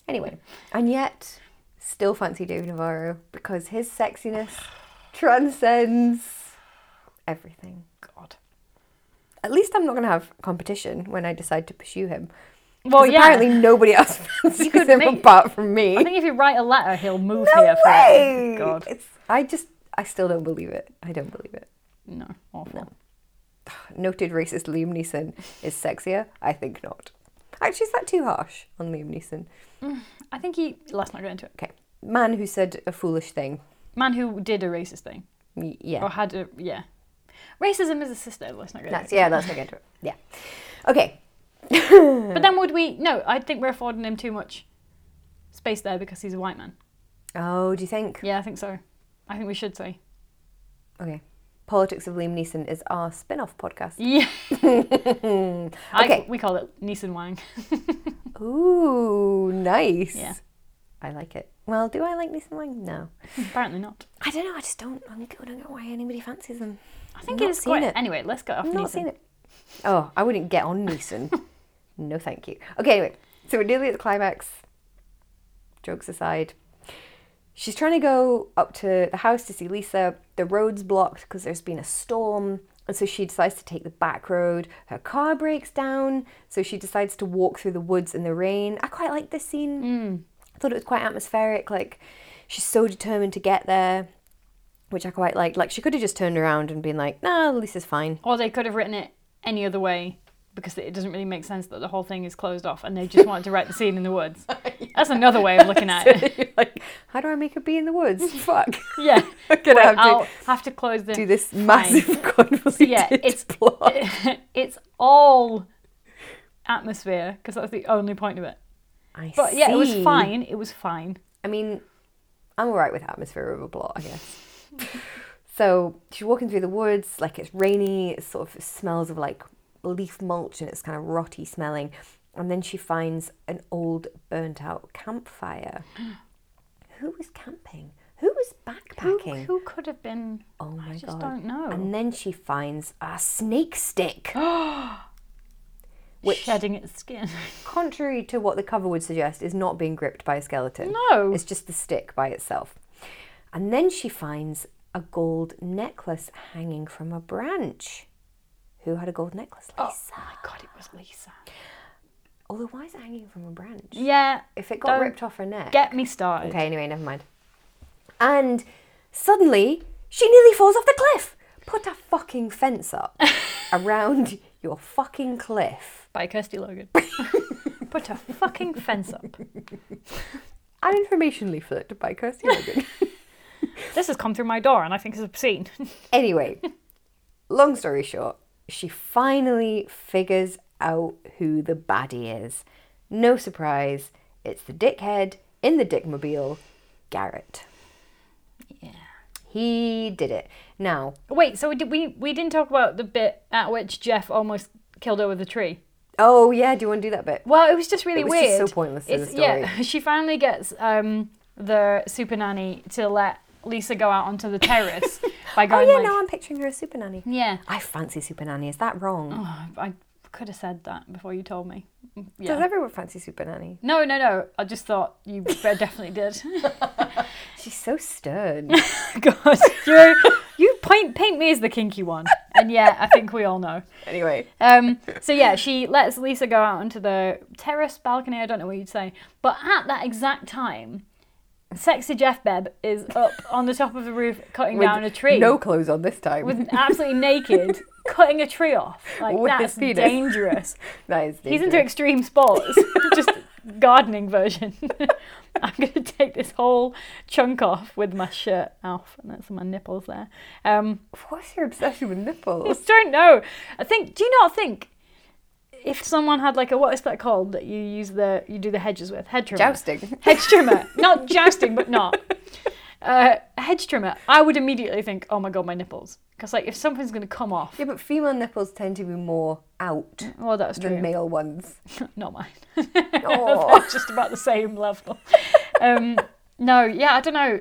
anyway, and yet still fancy Dave Navarro because his sexiness transcends everything.
God.
At least I'm not going to have competition when I decide to pursue him.
Well,
'Cause
yeah.
apparently nobody else fancies
could
him
make-
apart from me.
I think if you write a letter, he'll move
no
here. for
way!
it. God.
It's, I just, I still don't believe it. I don't believe it.
No. Awful.
Noted racist Liam Neeson is sexier? I think not. Actually, is that too harsh on Liam Neeson?
I think he. Let's not go into it.
Okay. Man who said a foolish thing.
Man who did a racist thing
Y- Yeah.
or had a yeah. Racism is a sister. Let's not go. into
that's
it.
yeah, that's not good. Yeah. Okay.
But then would we? No, I think we're affording him too much space there because he's a white man.
Oh, do you think?
Yeah, I think so. I think we should say.
Okay. Politics of Liam Neeson is our spin-off podcast.
Yeah.
Okay.
I, we call it Neeson Wang.
Ooh, nice.
Yeah.
I like it. Well, do I like Neeson Wang? No.
Apparently not.
I don't know. I just don't. I don't know why anybody fancies him.
I think
Not
it is
seen
quite.
it.
Anyway, let's get off
I've not
Neeson.
seen it. Oh, I wouldn't get on Neeson. no, thank you. Okay, anyway, so we're nearly at the climax. Jokes aside, she's trying to go up to the house to see Lisa. The road's blocked because there's been a storm. And so she decides to take the back road. Her car breaks down, so she decides to walk through the woods in the rain. I quite like this scene. I thought it was quite atmospheric. Like, she's so determined to get there, which I quite liked. Like, she could have just turned around and been like, nah, Lisa's fine.
Or they could have written it any other way because it doesn't really make sense that the whole thing is closed off and they just wanted to write the scene in the woods. That's another way of looking at it.
You're like, how do I make a bee in the woods? Fuck.
Yeah.
I'm gonna
Wait,
have to
I'll have to close the.
do this massive convoluted
yeah, it's eh,
plot.
it's all atmosphere because that's the only point of it.
I
But yeah, it was
see.
fine. It was fine.
I mean, I'm alright with atmosphere over plot, I guess. so she's walking through the woods, like it's rainy, it sort of smells of like leaf mulch and it's kind of rotty smelling. And then she finds an old burnt out campfire. Who was camping? Who was
Who,
backpacking?
who could have been?
oh my
I just
god.
don't know.
And then she finds a snake stick. which-
shedding its skin.
contrary to what the cover would suggest, is not being gripped by a skeleton.
No.
It's just the stick by itself. And then she finds a gold necklace hanging from a branch. Who had a gold necklace? Lisa.
Oh my god, it was Lisa.
Although, why is it hanging from a branch?
Yeah.
If it got
don't
ripped off her neck.
Get me started.
okay, anyway, never mind. And suddenly, she nearly falls off the cliff. Put a fucking fence up around your fucking cliff.
By Kirsty Logan. Put a fucking fence up.
An information leaflet by Kirsty Logan.
This has come through my door and I think it's obscene.
Anyway, long story short, she finally figures out who the baddie is. No surprise, it's the dickhead in the dickmobile, Garrett.
yeah.
He did it. Now,
Wait, so we, did, we we didn't talk about the bit at which Jeff almost killed her with a tree.
oh yeah, do you want to do that bit?
Well, it was just really
It was just
weird.
so pointless to the
Yeah, she finally gets um, the super nanny to let Lisa go out onto the terrace by
Oh
going
yeah,
like,
no, I'm picturing her as super nanny.
yeah.
I fancy super nanny. Is that wrong?
Oh, I could have said that before you told me. Yeah.
Does everyone fancy super nanny?
No, no, no. I just thought you definitely did.
She's so stern.
God, you you paint paint me as the kinky one, and yeah, I think we all know.
anyway,
Um, so yeah, she lets Lisa go out onto the terrace balcony. I don't know what you'd say, but at that exact time, sexy Jeff Beb is up on the top of the roof cutting
with
down a tree
No clothes on this time.
with absolutely naked, cutting a tree off. Like
With his
that's
penis.
dangerous.
that is
He's into extreme sports. Just gardening version. I'm going to take this whole chunk off with my shirt off, and that's my nipples there. Um,
What's your obsession with
I
nipples?
just don't know. I think. Do you not think if someone had like a what is that called that you use the you do the hedges with hedge trimmer?
Jousting.
hedge trimmer, not jousting, but not uh, hedge trimmer. I would immediately think, oh my god, my nipples, because like if something's going to come off,
Yeah, but female nipples tend to be more out
well, that's true.
than male ones.
not mine.
Oh.
They're just about the same level. Um, no, yeah, I don't know.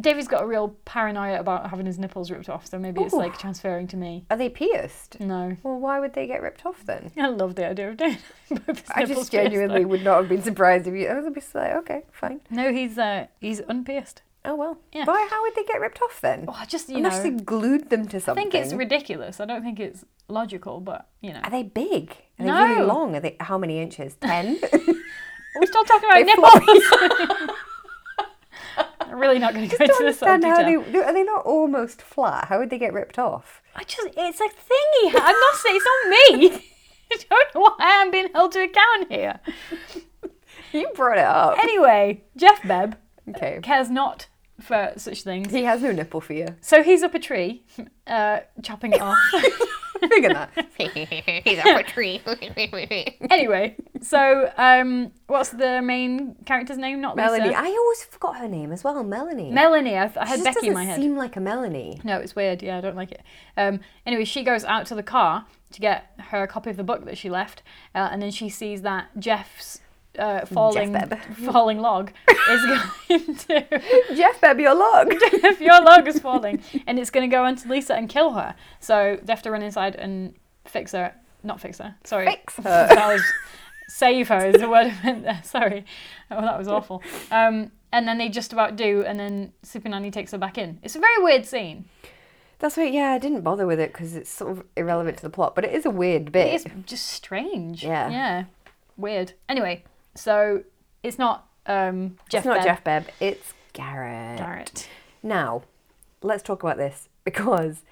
Davey's got a real paranoia about having his nipples ripped off, so maybe it's
Ooh.
like transferring to me.
Are they pierced?
No.
Well, why would they get ripped off then?
I love the idea of Dave. both his
I
nipples pierced,
just genuinely
though.
would not have been surprised if you. I would be like, okay, fine.
No, he's uh, he's unpierced.
Oh well.
Yeah.
Why? How would they get ripped off then?
Oh, I just you
Unless
know.
they glued them to
I
something.
think it's ridiculous. I don't think it's logical, but you know.
Are they big? Are they
No.
really long? Are they how many inches? Ten.
We're still talking about
They
nipples. I'm really not going to go
I
into
don't
this sort of
understand how
detail.
they are they not almost flat? How would they get ripped off?
I just, it's a thingy. I'm not saying it's not me. I don't know why I'm being held to account here.
You brought it up.
Anyway, Jeff Bebb
Okay.
cares not for such things.
He has no nipple fear.
So he's up a tree, uh, chopping it off.
Big enough.
He's up a tree.
anyway, so um, what's the main character's name? Not Lisa.
Melanie. I always forgot her name as well. Melanie.
Melanie. I, I
She
had
just
Becky in
doesn't
my head.
seem like a Melanie.
No, it's weird. Yeah, I don't like it. Um, anyway, she goes out to the car to get her copy of the book that she left, uh, and then she sees that Jeff's uh, falling
Bebb.
falling log is going to
Jeff, baby, you're logged.
if your log is falling, and it's going to go onto Lisa and kill her. So they have to run inside and fix her. Not fix her. Sorry.
Fix her.
That was, save her is the word I meant there. Sorry. Oh, that was awful. Um, and then they just about do, and then Super Nanny takes her back in. It's a very weird scene.
That's right. Yeah, I didn't bother with it because it's sort of irrelevant to the plot, but it is a weird
It's
bit.
just strange.
Yeah.
Yeah. Weird. Anyway, so it's not um Jeff
it's not
Bebb.
Jeff Bebb. It's Garrett.
Garrett.
Now, let's talk about this because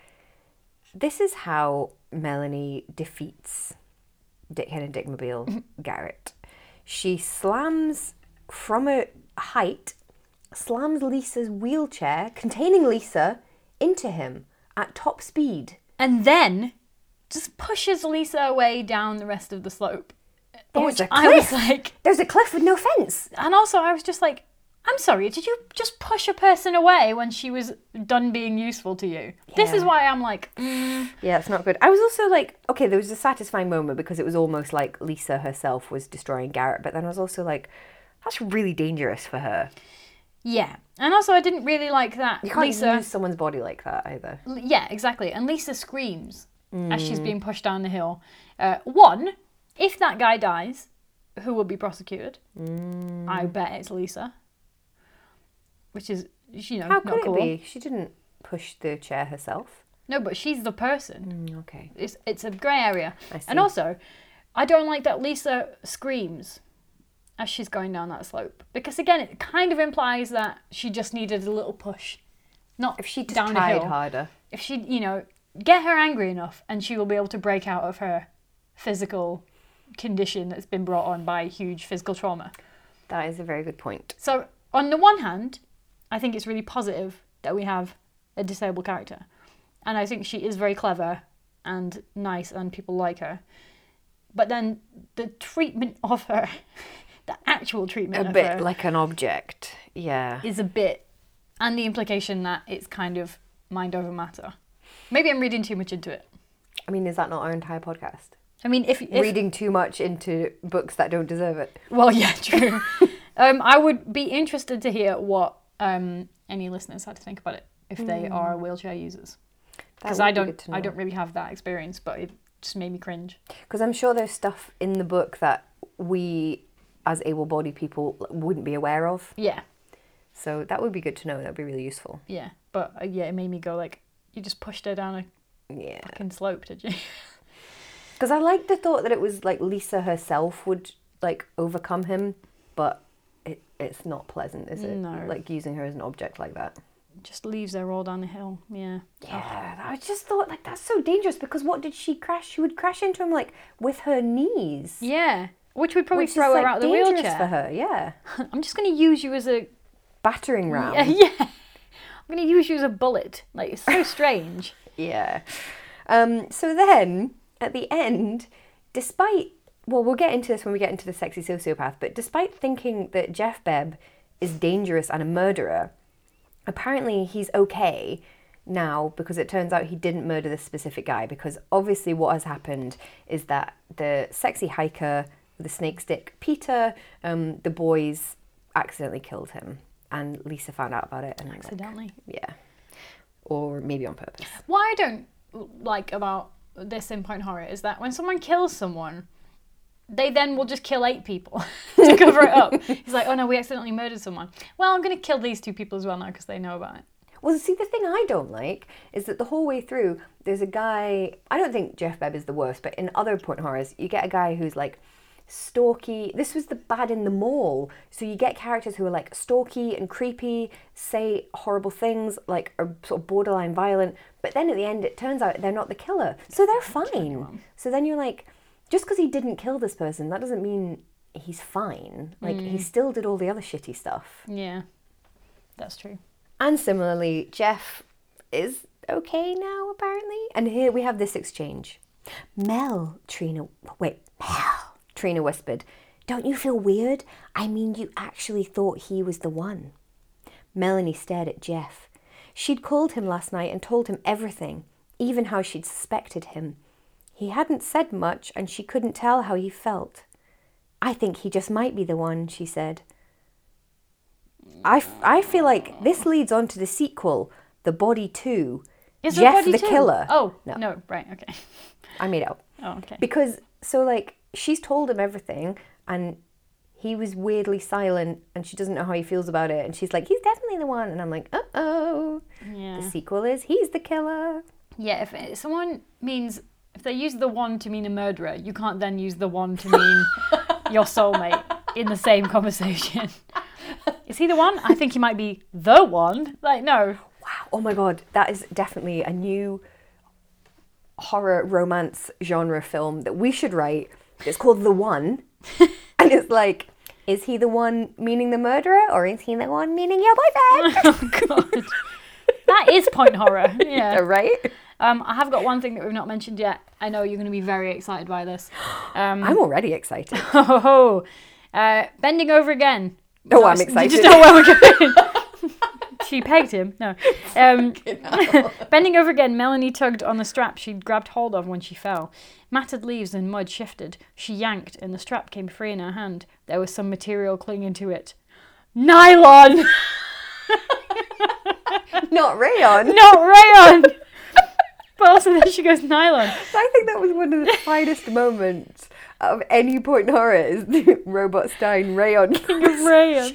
this is how Melanie defeats Dickhead and Dickmobile Garrett. She slams from a height, slams Lisa's wheelchair containing Lisa into him at top speed.
And then just pushes Lisa away down the rest of the slope. which
There's a
I was
cliff.
like
There's a cliff with no fence.
and also I was just like, I'm sorry, did you just push a person away when she was done being useful to you? This is
Yeah.
why I'm like, mm,
Yeah, it's not good. I was also like, okay, there was a satisfying moment because it was almost like Lisa herself was destroying Garrett, but then I was also like, that's really dangerous for her.
yeah. And also I didn't really like that
You can't
Lisa
use someone's body like that either.
L- Yeah, exactly. And Lisa screams as
Mm.
she's being pushed down the hill. Uh, one, if that guy dies, who will be prosecuted?
Mm.
I bet it's Lisa. Which is, you know,
How
not
could
cool.
it be? She didn't push the chair herself.
No, but she's the person.
Okay.
It's it's a grey area.
Mm. I
And
see.
also, I don't like that Lisa screams as she's going down that slope because again, it kind of implies that she just needed a little push. Not
If she just
down a
tried
hill.
harder.
if she, you know, get her angry enough and she will be able to break out of her physical condition that's been brought on by huge physical trauma.
That is a very good point.
So, on the one hand, I think it's really positive that we have a disabled character. And I think she is very clever and nice and people like her. But then the treatment of her, the actual
A
treatment of her,
bit like an object. Yeah.
is a bit, and the implication that it's kind of mind over matter. Maybe I'm reading too much into it.
I mean, is that not our entire podcast?
I mean, if, if
Reading too much into books that don't deserve it.
well, yeah, true. um, I would be interested to hear what um, any listeners had to think about it if they are wheelchair users, because I don't, I don't really have that experience, but it just made me cringe.
Because I'm sure there's stuff in the book that we, as able-bodied people, wouldn't be aware of.
Yeah,
So that would be good to know. That would be really useful.
yeah, but uh, yeah, it made me go like, you just pushed her down a
Yeah.
fucking slope, did you?
Because I like the thought that it was like Lisa herself would like overcome him, but it, it's not pleasant, is it?
No.
Like using her as an object like that.
just leaves her all down the hill. Yeah.
Yeah, I just thought like that's so dangerous because what did she crash? She would crash into him like with her knees.
Yeah. Which would probably
Which is
throw her
like
out of the
dangerous
wheelchair.
for her. Yeah,
I'm just going to use you as a
battering ram.
yeah. yeah. I'm going to use you as a bullet. Like it's so strange.
Yeah. Um, so then, at the end, despite, well, we'll get into this when we get into the sexy sociopath, but despite thinking that Jeff Bebb is dangerous and a murderer, apparently he's okay now because it turns out he didn't murder this specific guy. Because obviously, what has happened is that the sexy hiker, the snake stick Peter, um, the boys accidentally killed him. And Lisa found out about it. And like,
Accidentally.
yeah. Or maybe on purpose.
What I don't like about this in Point Horror is that when someone kills someone, they then will just kill eight people to cover it up. He's like, oh no, we accidentally murdered someone. Well, I'm going to kill these two people as well now because they know about it.
Well, see, the thing I don't like is that the whole way through, there's a guy. I don't think Jeff Bebb is the worst, but in other point horrors, you get a guy who's like stalky. This was the bad in the mall. So you get characters who are like stalky and creepy, say horrible things, like are sort of borderline violent. But then at the end, it turns out they're not the killer. So they're fine. So then you're like, just because he didn't kill this person, that doesn't mean he's fine. Like, he still did all the other shitty stuff.
Yeah, that's true.
And similarly, Jeff is okay now, apparently. And here we have this exchange. Mel, Trina, wait, Mel, Trina whispered, don't you feel weird? I mean, you actually thought he was the one. Melanie stared at Jeff. She'd called him last night and told him everything, even how she'd suspected him. He hadn't said much, and she couldn't tell how he felt. I think he just might be the one, she said. I, f- I feel like this leads on to the sequel, The Body 2.
Is there a
Jeff
body
the
too?
Killer.
Oh
No.
no, right, okay.
I made it up.
Oh okay.
Because, so like, she's told him everything, and he was weirdly silent, and she doesn't know how he feels about it. And she's like, he's definitely the one. And I'm like, uh oh.
Yeah.
The sequel is, he's the killer.
Yeah, if it- someone means if they use the one to mean a murderer, you can't then use the one to mean your soulmate in the same conversation. Is he the one? I think he might be the one. Like no,
Wow. Oh my god, that is definitely a new horror romance genre film that we should write. It's called The One. and it's like, is he the one meaning the murderer or is he the one meaning your boyfriend?
oh god, that is point horror. Yeah.
right?
Um, I have got one thing that we've not mentioned yet. I know you're going to be very excited by this. Um,
I'm already excited.
ho, ho, ho. Uh, bending over again.
Oh,
Not-
I'm excited.
You just know where we're going. she pegged him. No. Um, bending over again, Melanie tugged on the strap she'd grabbed hold of when she fell. Matted leaves and mud shifted. She yanked, and the strap came free in her hand. There was some material clinging to it. Nylon,
Not rayon.
not rayon. but also, then she goes nylon.
I think that was one of the finest moments of any point horror is the Robot Stein rayon.
Rayon.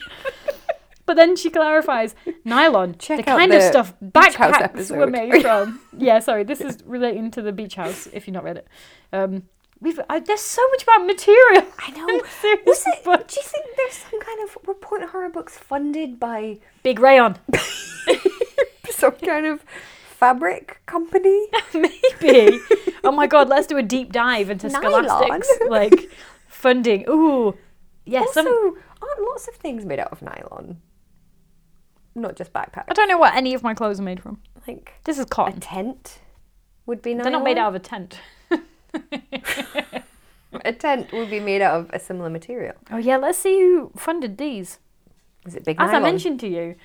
But then she clarifies nylon, the
Check out
kind of
the
stuff
Beach House
backpacks were
episode.
made from. yeah, sorry, this is relating to the beach house. If you've not read it, um, we've I, there's so much about material.
I know.
serious,
Was it,
but-
do you think there's some kind of were point horror books funded by
Big rayon,
some kind of fabric company.
maybe. oh my god, let's do a deep dive into
Nylon.
scholastics like funding. Ooh, yes.
Also,
some-
aren't lots of things made out of nylon? Not just
I
backpacks.
don't know what any of my clothes are made from.
Like
This is
a
cotton.
tent would be nylon.
They're not made out of a tent.
A tent would be made out of a similar material.
oh yeah, let's see who funded these.
Is it big
as I
nylon?
mentioned to you,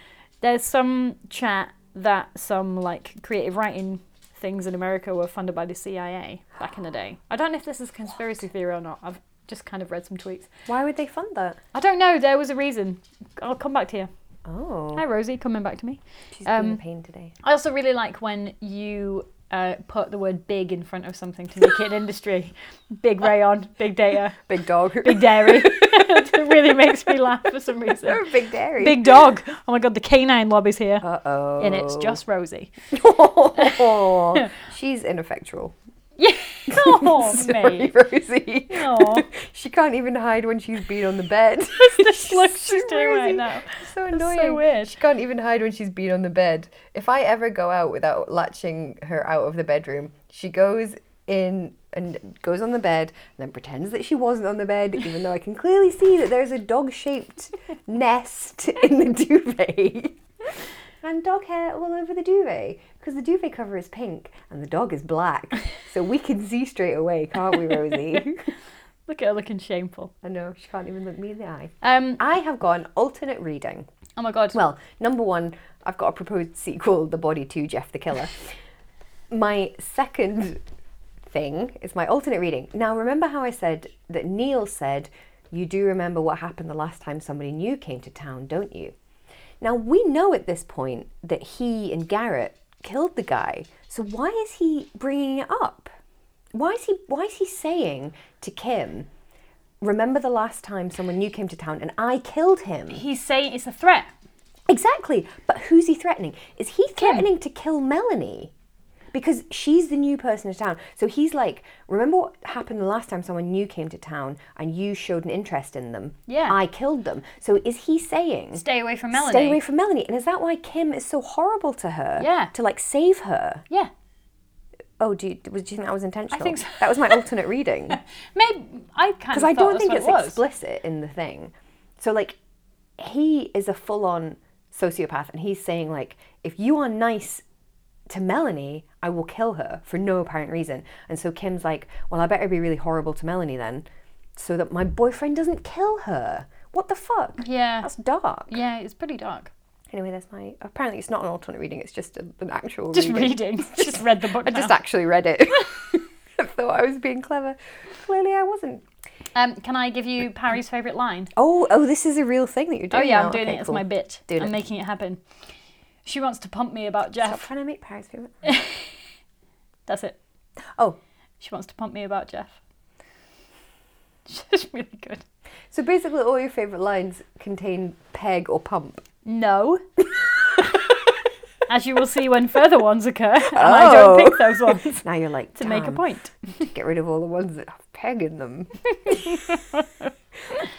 there's some chat that some like creative writing things in America were funded by the CIA back in the day. I don't know if this is conspiracy theory or not. I've just kind of read some tweets.
Why would they fund that?
I don't know. There was a reason. I'll come back to you.
Oh,
Hi, Rosie, coming back to me.
she's been
um,
in pain today.
I also really like when you uh, put the word "big" in front of something to make it an industry. Big rayon, big data,
Big dog.
big dairy. it really makes me laugh for some reason.
big dairy.
Big dog. Oh my god, the canine lobby's here.
Uh oh.
and it's just Rosie.
she's ineffectual.
Yeah. Oh, mate.
Sorry, Rosie.
Aw.
she can't even hide when she's been on the bed.
This look she's doing
Rosie.
right now.
so
so
annoying.
weird.
She can't even hide when she's been on the bed. If I ever go out without latching her out of the bedroom, she goes in and goes on the bed and then pretends that she wasn't on the bed, even though I can clearly see that there's a dog shaped nest in the duvet. And dog hair all over the duvet because the duvet cover is pink and the dog is black. So we can see straight away, can't we, Rosie?
Look at her looking shameful.
I know, she can't even look me in the eye.
Um,
I have got an alternate reading.
oh my god.
Well, number one, I've got a proposed sequel, The Body 2, Jeff the Killer. my second thing is my alternate reading. Now, remember how I said that Neil said, You do remember what happened the last time somebody new came to town, don't you? Now, we know at this point that he and Garrett killed the guy. So, why is he bringing it up? Why is he, why is he saying to Kim, Remember the last time someone new came to town and I killed him?
He's saying it's a threat.
Exactly. But who's he threatening? Is he threatening to kill Melanie? Because she's the new person to town. So he's like, remember what happened the last time someone new came to town and you showed an interest in them?
Yeah.
I killed them. So is he saying,
Stay away from Melanie.
stay away from Melanie? And is that why Kim is so horrible to her?
Yeah.
To like save her?
yeah.
Oh, do you, do you think that was intentional?
think so.
That was my alternate reading.
Maybe I kind of
because I
thought
don't
that's
think
what
it's
it was.
explicit in the thing. So like, he is a full-on sociopath, and he's saying like, if you are nice to Melanie, I will kill her for no apparent reason. And so Kim's like, well, I better be really horrible to Melanie then, so that my boyfriend doesn't kill her. What the fuck?
Yeah.
that's dark.
yeah, it's pretty dark.
Anyway, that's my. Apparently, it's not an alternate reading. It's just a, an actual.
Just
reading.
reading. just read the book.
I
now.
just actually read it. I thought I was being clever. Clearly, I wasn't.
Um, can I give you Parry's favourite line?
Oh, oh, this is a real thing that you're
Oh
doing.
yeah,
now.
I'm doing
Okay,
it. It's
cool.
my bit.
Doing
I'm
it.
making it happen. She wants to pump me about
Stop
Jeff.
trying to make Paris favorite.
That's it.
Oh,
She wants to pump me about Jeff. She's really good.
so basically, all your favorite lines contain peg or pump.
No. As you will see when further ones occur, and I don't
Oh.
pick those ones
Now you're like
to make a
"Damn,
point.
Get rid of all the ones that have peg in them.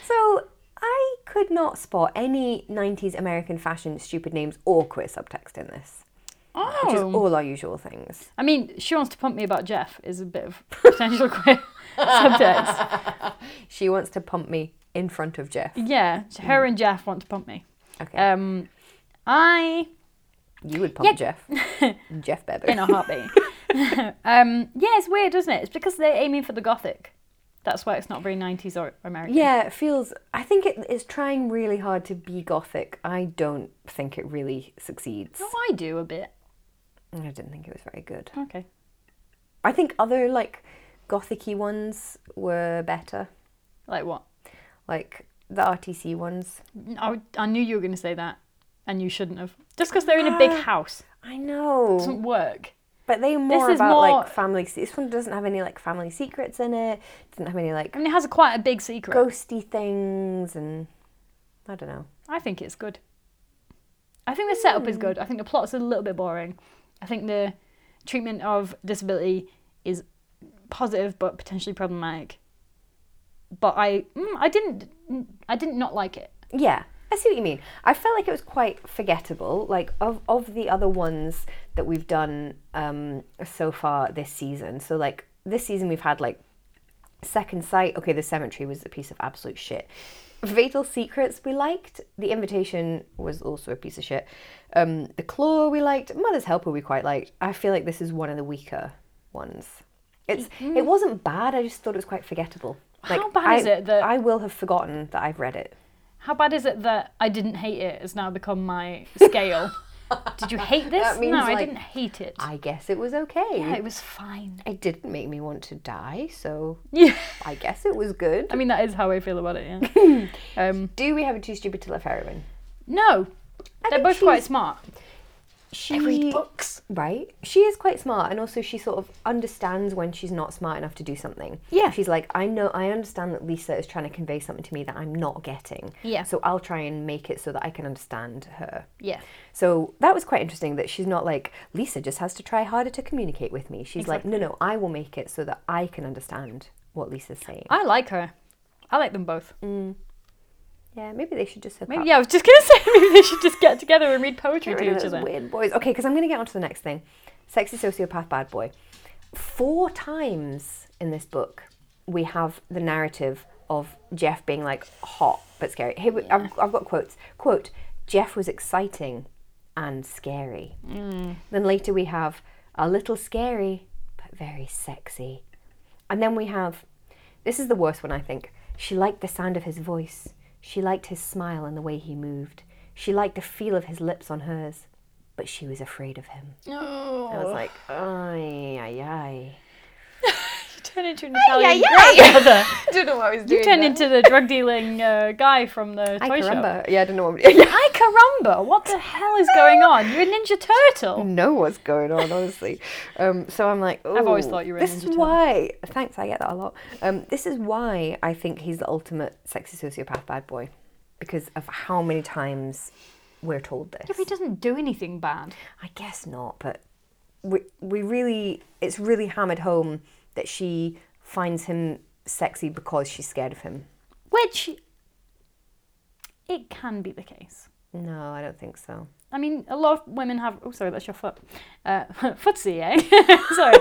so I could not spot any '90s American fashion stupid names or queer subtext in this, which is all our usual things.
Oh. I mean, she wants to pump me about Jeff is a bit of potential queer subtext.
She wants to pump me in front of Jeff.
Yeah, her and Jeff want to pump me.
Okay,
Um, I
you would pump Jeff. Jeff Bebber.
in a heartbeat. um, yeah, it's weird, isn't it? It's because they're aiming for the gothic. That's why it's not very 90s or American.
Yeah, it feels. I think it is trying really hard to be gothic. I don't think it really succeeds.
Oh, I do a bit.
I didn't think it was very good.
Okay.
I think other like gothicy ones were better,
Like what?
like the RTC ones.
I, I knew you were going to say that, and you shouldn't have. Just because they're in a big
Uh,
house
I know,
doesn't work.
but they were more
is
about
more-
like family. se- This one doesn't have any like family secrets in it. Doesn't have any like
I mean, it has a, quite a big secret.
ghosty things, and I don't know.
I think it's good. I think the setup is
Hmm.
good. I think the plot's a little bit boring. I think the treatment of disability is positive but potentially problematic. But I, mm, I didn't, I didn't not like it.
Yeah, I see what you mean. I felt like it was quite forgettable. Like of of the other ones that we've done um, so far this season. So like this season we've had like Second Sight. Okay, the Cemetery was a piece of absolute shit. Fatal Secrets we liked. The Invitation was also a piece of shit. Um, the Claw we liked. Mother's Helper we quite liked. I feel like this is one of the weaker ones. It's it wasn't bad. I just thought it was quite forgettable. Like,
Mm-hmm. How bad
I-
is it that-
I will have forgotten that I've read it.
How bad is it that I didn't hate it has now become my scale? Did you hate this?
That means,
no, I
like,
didn't hate it.
I guess it was okay.
Yeah, it was fine.
It didn't make me want to die, so
Yeah.
I guess it was good.
I mean, that is how I feel about it. Yeah. um,
Do we have a too stupid to love heroine?
no, they're
think
both quite smart.
She
books.
right. She is quite smart, and also she sort of understands when she's not smart enough to do something.
Yeah.
she's like, I know, I understand that Lisa is trying to convey something to me that I'm not getting.
Yeah.
so I'll try and make it so that I can understand her.
Yeah.
So that was quite interesting that she's not like, Lisa just has to try harder to communicate with me. She's like, no, no, I will make it so that I can understand what Lisa's saying.
I like her. I like them both.
Yeah, maybe they should just hook
Maybe
up.
yeah, I was just gonna say maybe they should just get together and read poetry
Get
to
rid of
each
those
other.
weird boys. Okay, because I'm going to get on to the next thing. Sexy sociopath bad boy. four times in this book we have the narrative of Jeff being like hot but scary. Here we, I've, I've got quotes. Quote: Jeff was exciting and scary.
Mm.
Then later we have a little scary but very sexy, and then we have this is the worst one I think. She liked the sound of his voice. She liked his smile and the way he moved. She liked the feel of his lips on hers, but she was afraid of him.
Oh.
I was like, ay, ay, ay.
You turn into an Italian grandmother.
I don't know what I was doing.
You turn into the drug dealing uh, guy from the
I
toy shop.
Yeah, I don't know what I'm doing.
Ay caramba! What the hell is going on? You're a Ninja Turtle.
know what's going on, honestly. Um, so I'm like,
I've always
"Ooh,
thought you were a
This
Ninja
is
Turtle."
why. Thanks, I get that a lot. Um, this is why I think he's the ultimate sexy sociopath bad boy, because of how many times we're told this.
He doesn't do anything bad.
I guess not, but we we really it's really hammered home that she finds him sexy because she's scared of him.
Which it can be the case.
No, I don't think so.
I mean, a lot of women have. Oh, sorry, that's your foot. Uh, footsie, eh? sorry.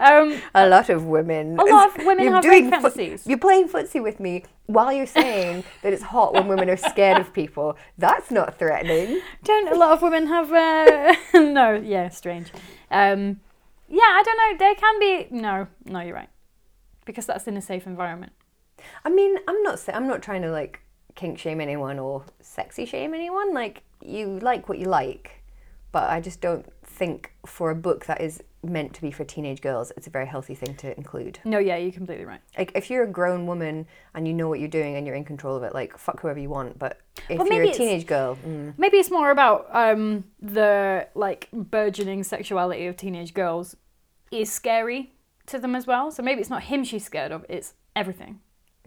Um,
A lot of women.
A lot of women have rape fantasies.
You're playing footsie with me while you're saying that it's hot when women are scared of people. That's not threatening.
don't a lot of women have? Uh, no, yeah, strange. Um, yeah, I don't know. There can be. No, no, you're right. Because that's in a safe environment.
I mean, I'm not. sa- I'm not trying to like kink shame anyone or sexy shame anyone. Like you like what you like, but I just don't think for a book that is meant to be for teenage girls, it's a very healthy thing to include.
No, yeah, you're completely right.
Like if you're a grown woman and you know what you're doing and you're in control of it, like fuck whoever you want. But if
Well,
you're
maybe
a
it's-
teenage girl, mm,
Maybe it's more about um, the like burgeoning sexuality of teenage girls is scary to them as well. So maybe it's not him she's scared of. It's everything.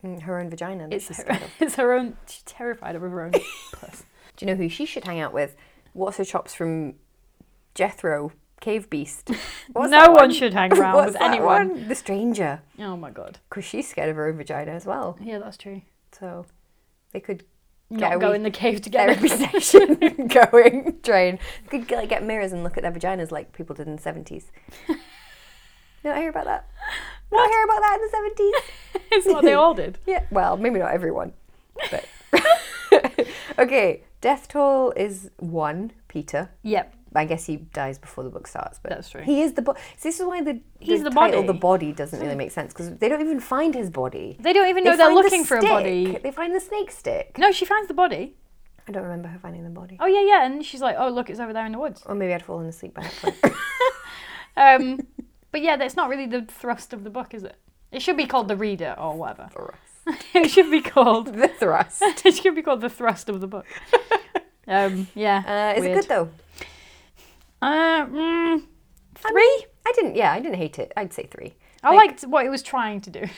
mm, her own vagina. that
It's
she's
her, it's her own. She's terrified of her own puss.
Do you know who she should hang out with? What's her chops from Jethro, Cave Beast? What's
No
that
one should hang around
What's
with
that
anyone.
one? The stranger,
Oh my god.
because she's scared of her own vagina as well.
Yeah, that's true.
So they could
Not
get
go
a
in
wee
the cave together.
therapy session going. Train. They could like, get mirrors and look at their vaginas like people did in the seventies. Not hear about that. Not hear about that in the seventies.
it's what they all did.
Yeah. Well, maybe not everyone. But okay, death toll is one. Peter.
Yep.
I guess he dies before the book starts, but
That's true.
He is the body. So this is why the, the
He's the
title,
body.
the body, doesn't really make sense because they don't even find his body.
They don't even know they are
find the
looking for a
stick.
body.
They find the snake stick.
No, she finds the body.
I don't remember her finding the body.
Oh yeah, yeah, and she's like, "Oh look, it's over there in the woods."
Or maybe I'd fallen asleep by that point.
Um, but yeah, that's not really the thrust of the book, is it? It should be called the reader or whatever. it should be called.
the thrust.
It should be called the thrust of the book. Um, yeah.
Uh, is it
weird.
good though?
Uh, mm,
I
three.
mean, I didn't. Yeah, I didn't hate it. I'd say three.
I liked what it was trying to do.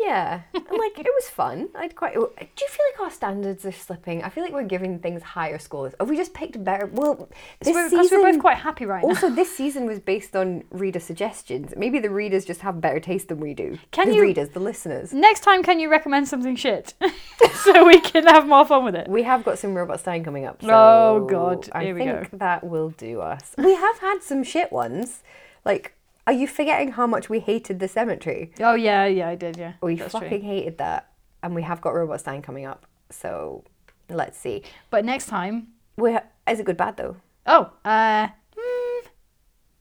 Yeah, and like it was fun. I'd quite. Do you feel like our standards are slipping? I feel like we're giving things higher scores. Have we just picked better? Well, this
Because we're,
season.
both quite happy right now.
also, this season was based on reader suggestions. Maybe the readers just have better taste than we do.
Can
the
you-
readers, the listeners?
Next time, can you recommend something shit so we can have more fun with it?
We have got some Robot Stein coming up. So
Oh, God.
I
Here we
think that will do us. We have had some shit ones. Like, are you forgetting how much we hated the cemetery?
Oh yeah, yeah, I did. Yeah,
We
That's true.
fucking hated that, and we have got Robot Stein coming up. So let's see.
But next time,
We ha- is it good bad though?
oh, uh, mm,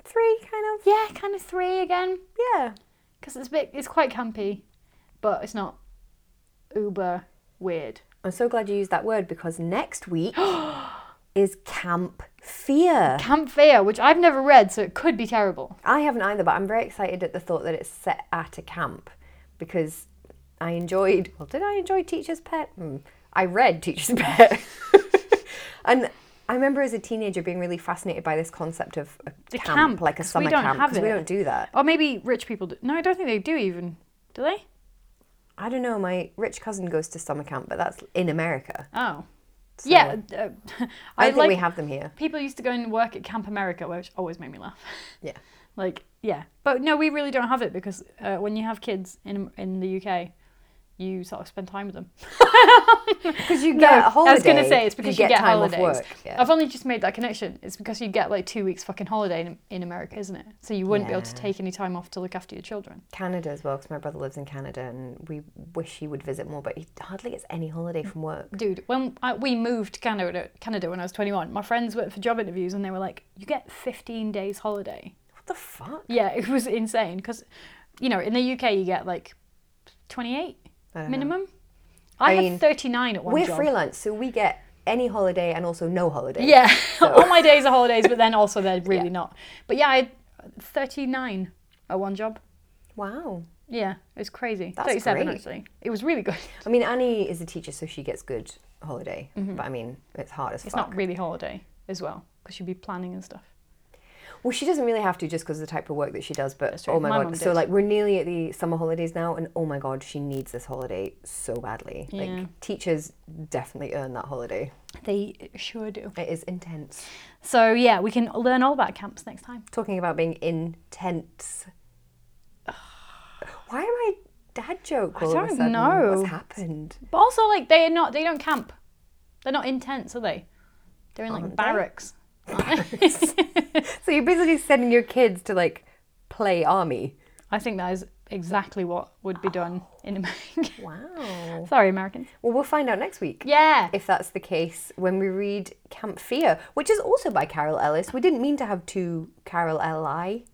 Three kind of.
yeah, kind of three again
Yeah.
because it's a bit, it's quite campy, but it's not uber weird.
I'm so glad you used that word because next week is Camp Fear.
Camp Fear, which I've never read, so it could be terrible.
I haven't either, but I'm very excited at the thought that it's set at a camp because I enjoyed. Well, did I enjoy Teacher's Pet? Hmm. I read Teacher's Pet, and I remember as a teenager being really fascinated by this concept of a
A
camp,
camp,
like a
'cause we
summer
don't
camp,
have
because we
it.
don't do that.
Or maybe rich people do. No, I don't think they do even. Do they?
I don't know. My rich cousin goes to summer camp, but that's in America.
Oh, yeah. Uh, I,
I,
like
don't think we have them here.
people used to go and work at Camp America, which always made me laugh.
Yeah.
like yeah, but no, we really don't have it because uh, when you have kids in in the UK, you sort of spend time with them.
Because you get a holiday.
I was going to say it's because you get,
time
holidays.
off work. Yeah.
I've only just made that connection. It's because you get like two weeks fucking holiday in, in America, isn't it? So you wouldn't be able to
Yeah.
take any time off to look after your children.
Canada as well, because my brother lives in Canada, and we wish he would visit more, but he hardly gets any holiday from work.
Dude, when I, we moved to Canada, Canada when I was 21, my friends went for job interviews and they were like, "You get 15 days holiday."
What the fuck?
Yeah, it was insane because, you know, in the UK you get like 28
I don't know.
minimum. I,
I
had
mean,
39 at one
We're
job.
freelance, so we get any holiday and also no holiday.
Yeah,
So-
all my days are holidays, but then also they're really not. But yeah, I had 39 at one job.
Wow.
Yeah, it was crazy.
That's
37
great.
actually. It was really good.
I mean, Annie is a teacher, so she gets good holiday, but I mean, it's hard as
Mm-hmm. It's
fuck.
not really holiday as well because you'd be planning and stuff.
Well, she doesn't really have to just because of the type of work that she does, but
That's true.
oh my,
My mum
god. So,
did.
like, we're nearly at the summer holidays now, and oh my god, she needs this holiday so badly.
Yeah.
Like, teachers definitely earn that holiday.
They sure do.
It is intense.
So yeah, we can learn all about camps next time.
Talking about being intense. Why am I dad joke? All of
don't
a sudden?
know.
What's happened?
But also, like they're not. They don't camp. They're not intense, are they? They're in like
Aren't they?
barracks.
So, you're basically sending your kids to like play army.
I think that is exactly what would be done in America.
Wow.
Sorry, Americans.
Well, we'll find out next week.
Yeah.
if that's the case when we read Camp Fear, which is also by Carol Ellis. We didn't mean to have two Carol Li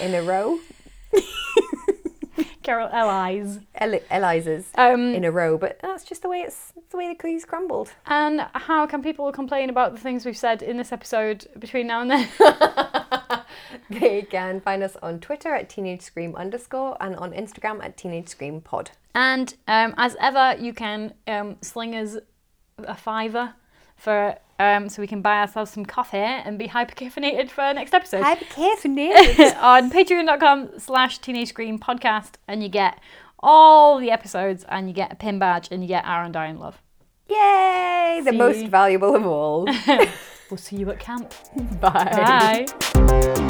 in a row,
Carol Allies.
Eli- Elizas
Um,
in a row, but that's just the way it's it's the way the cookies crumbled.
And how can people complain about the things we've said in this episode between now and then?
They can find us on Twitter at teenage scream underscore and on Instagram at teenage scream pod.
And um, as ever, you can um, sling us a fiver for um, so we can buy ourselves some coffee and be hypercaffeinated for our next episode.
I'd be careful, Nick.
on patreon.com slash teenage green podcast and you get all the episodes and you get a pin badge and you get our undying love
Yay! The most
See.
valuable of all.
we'll see you at camp
Bye.
bye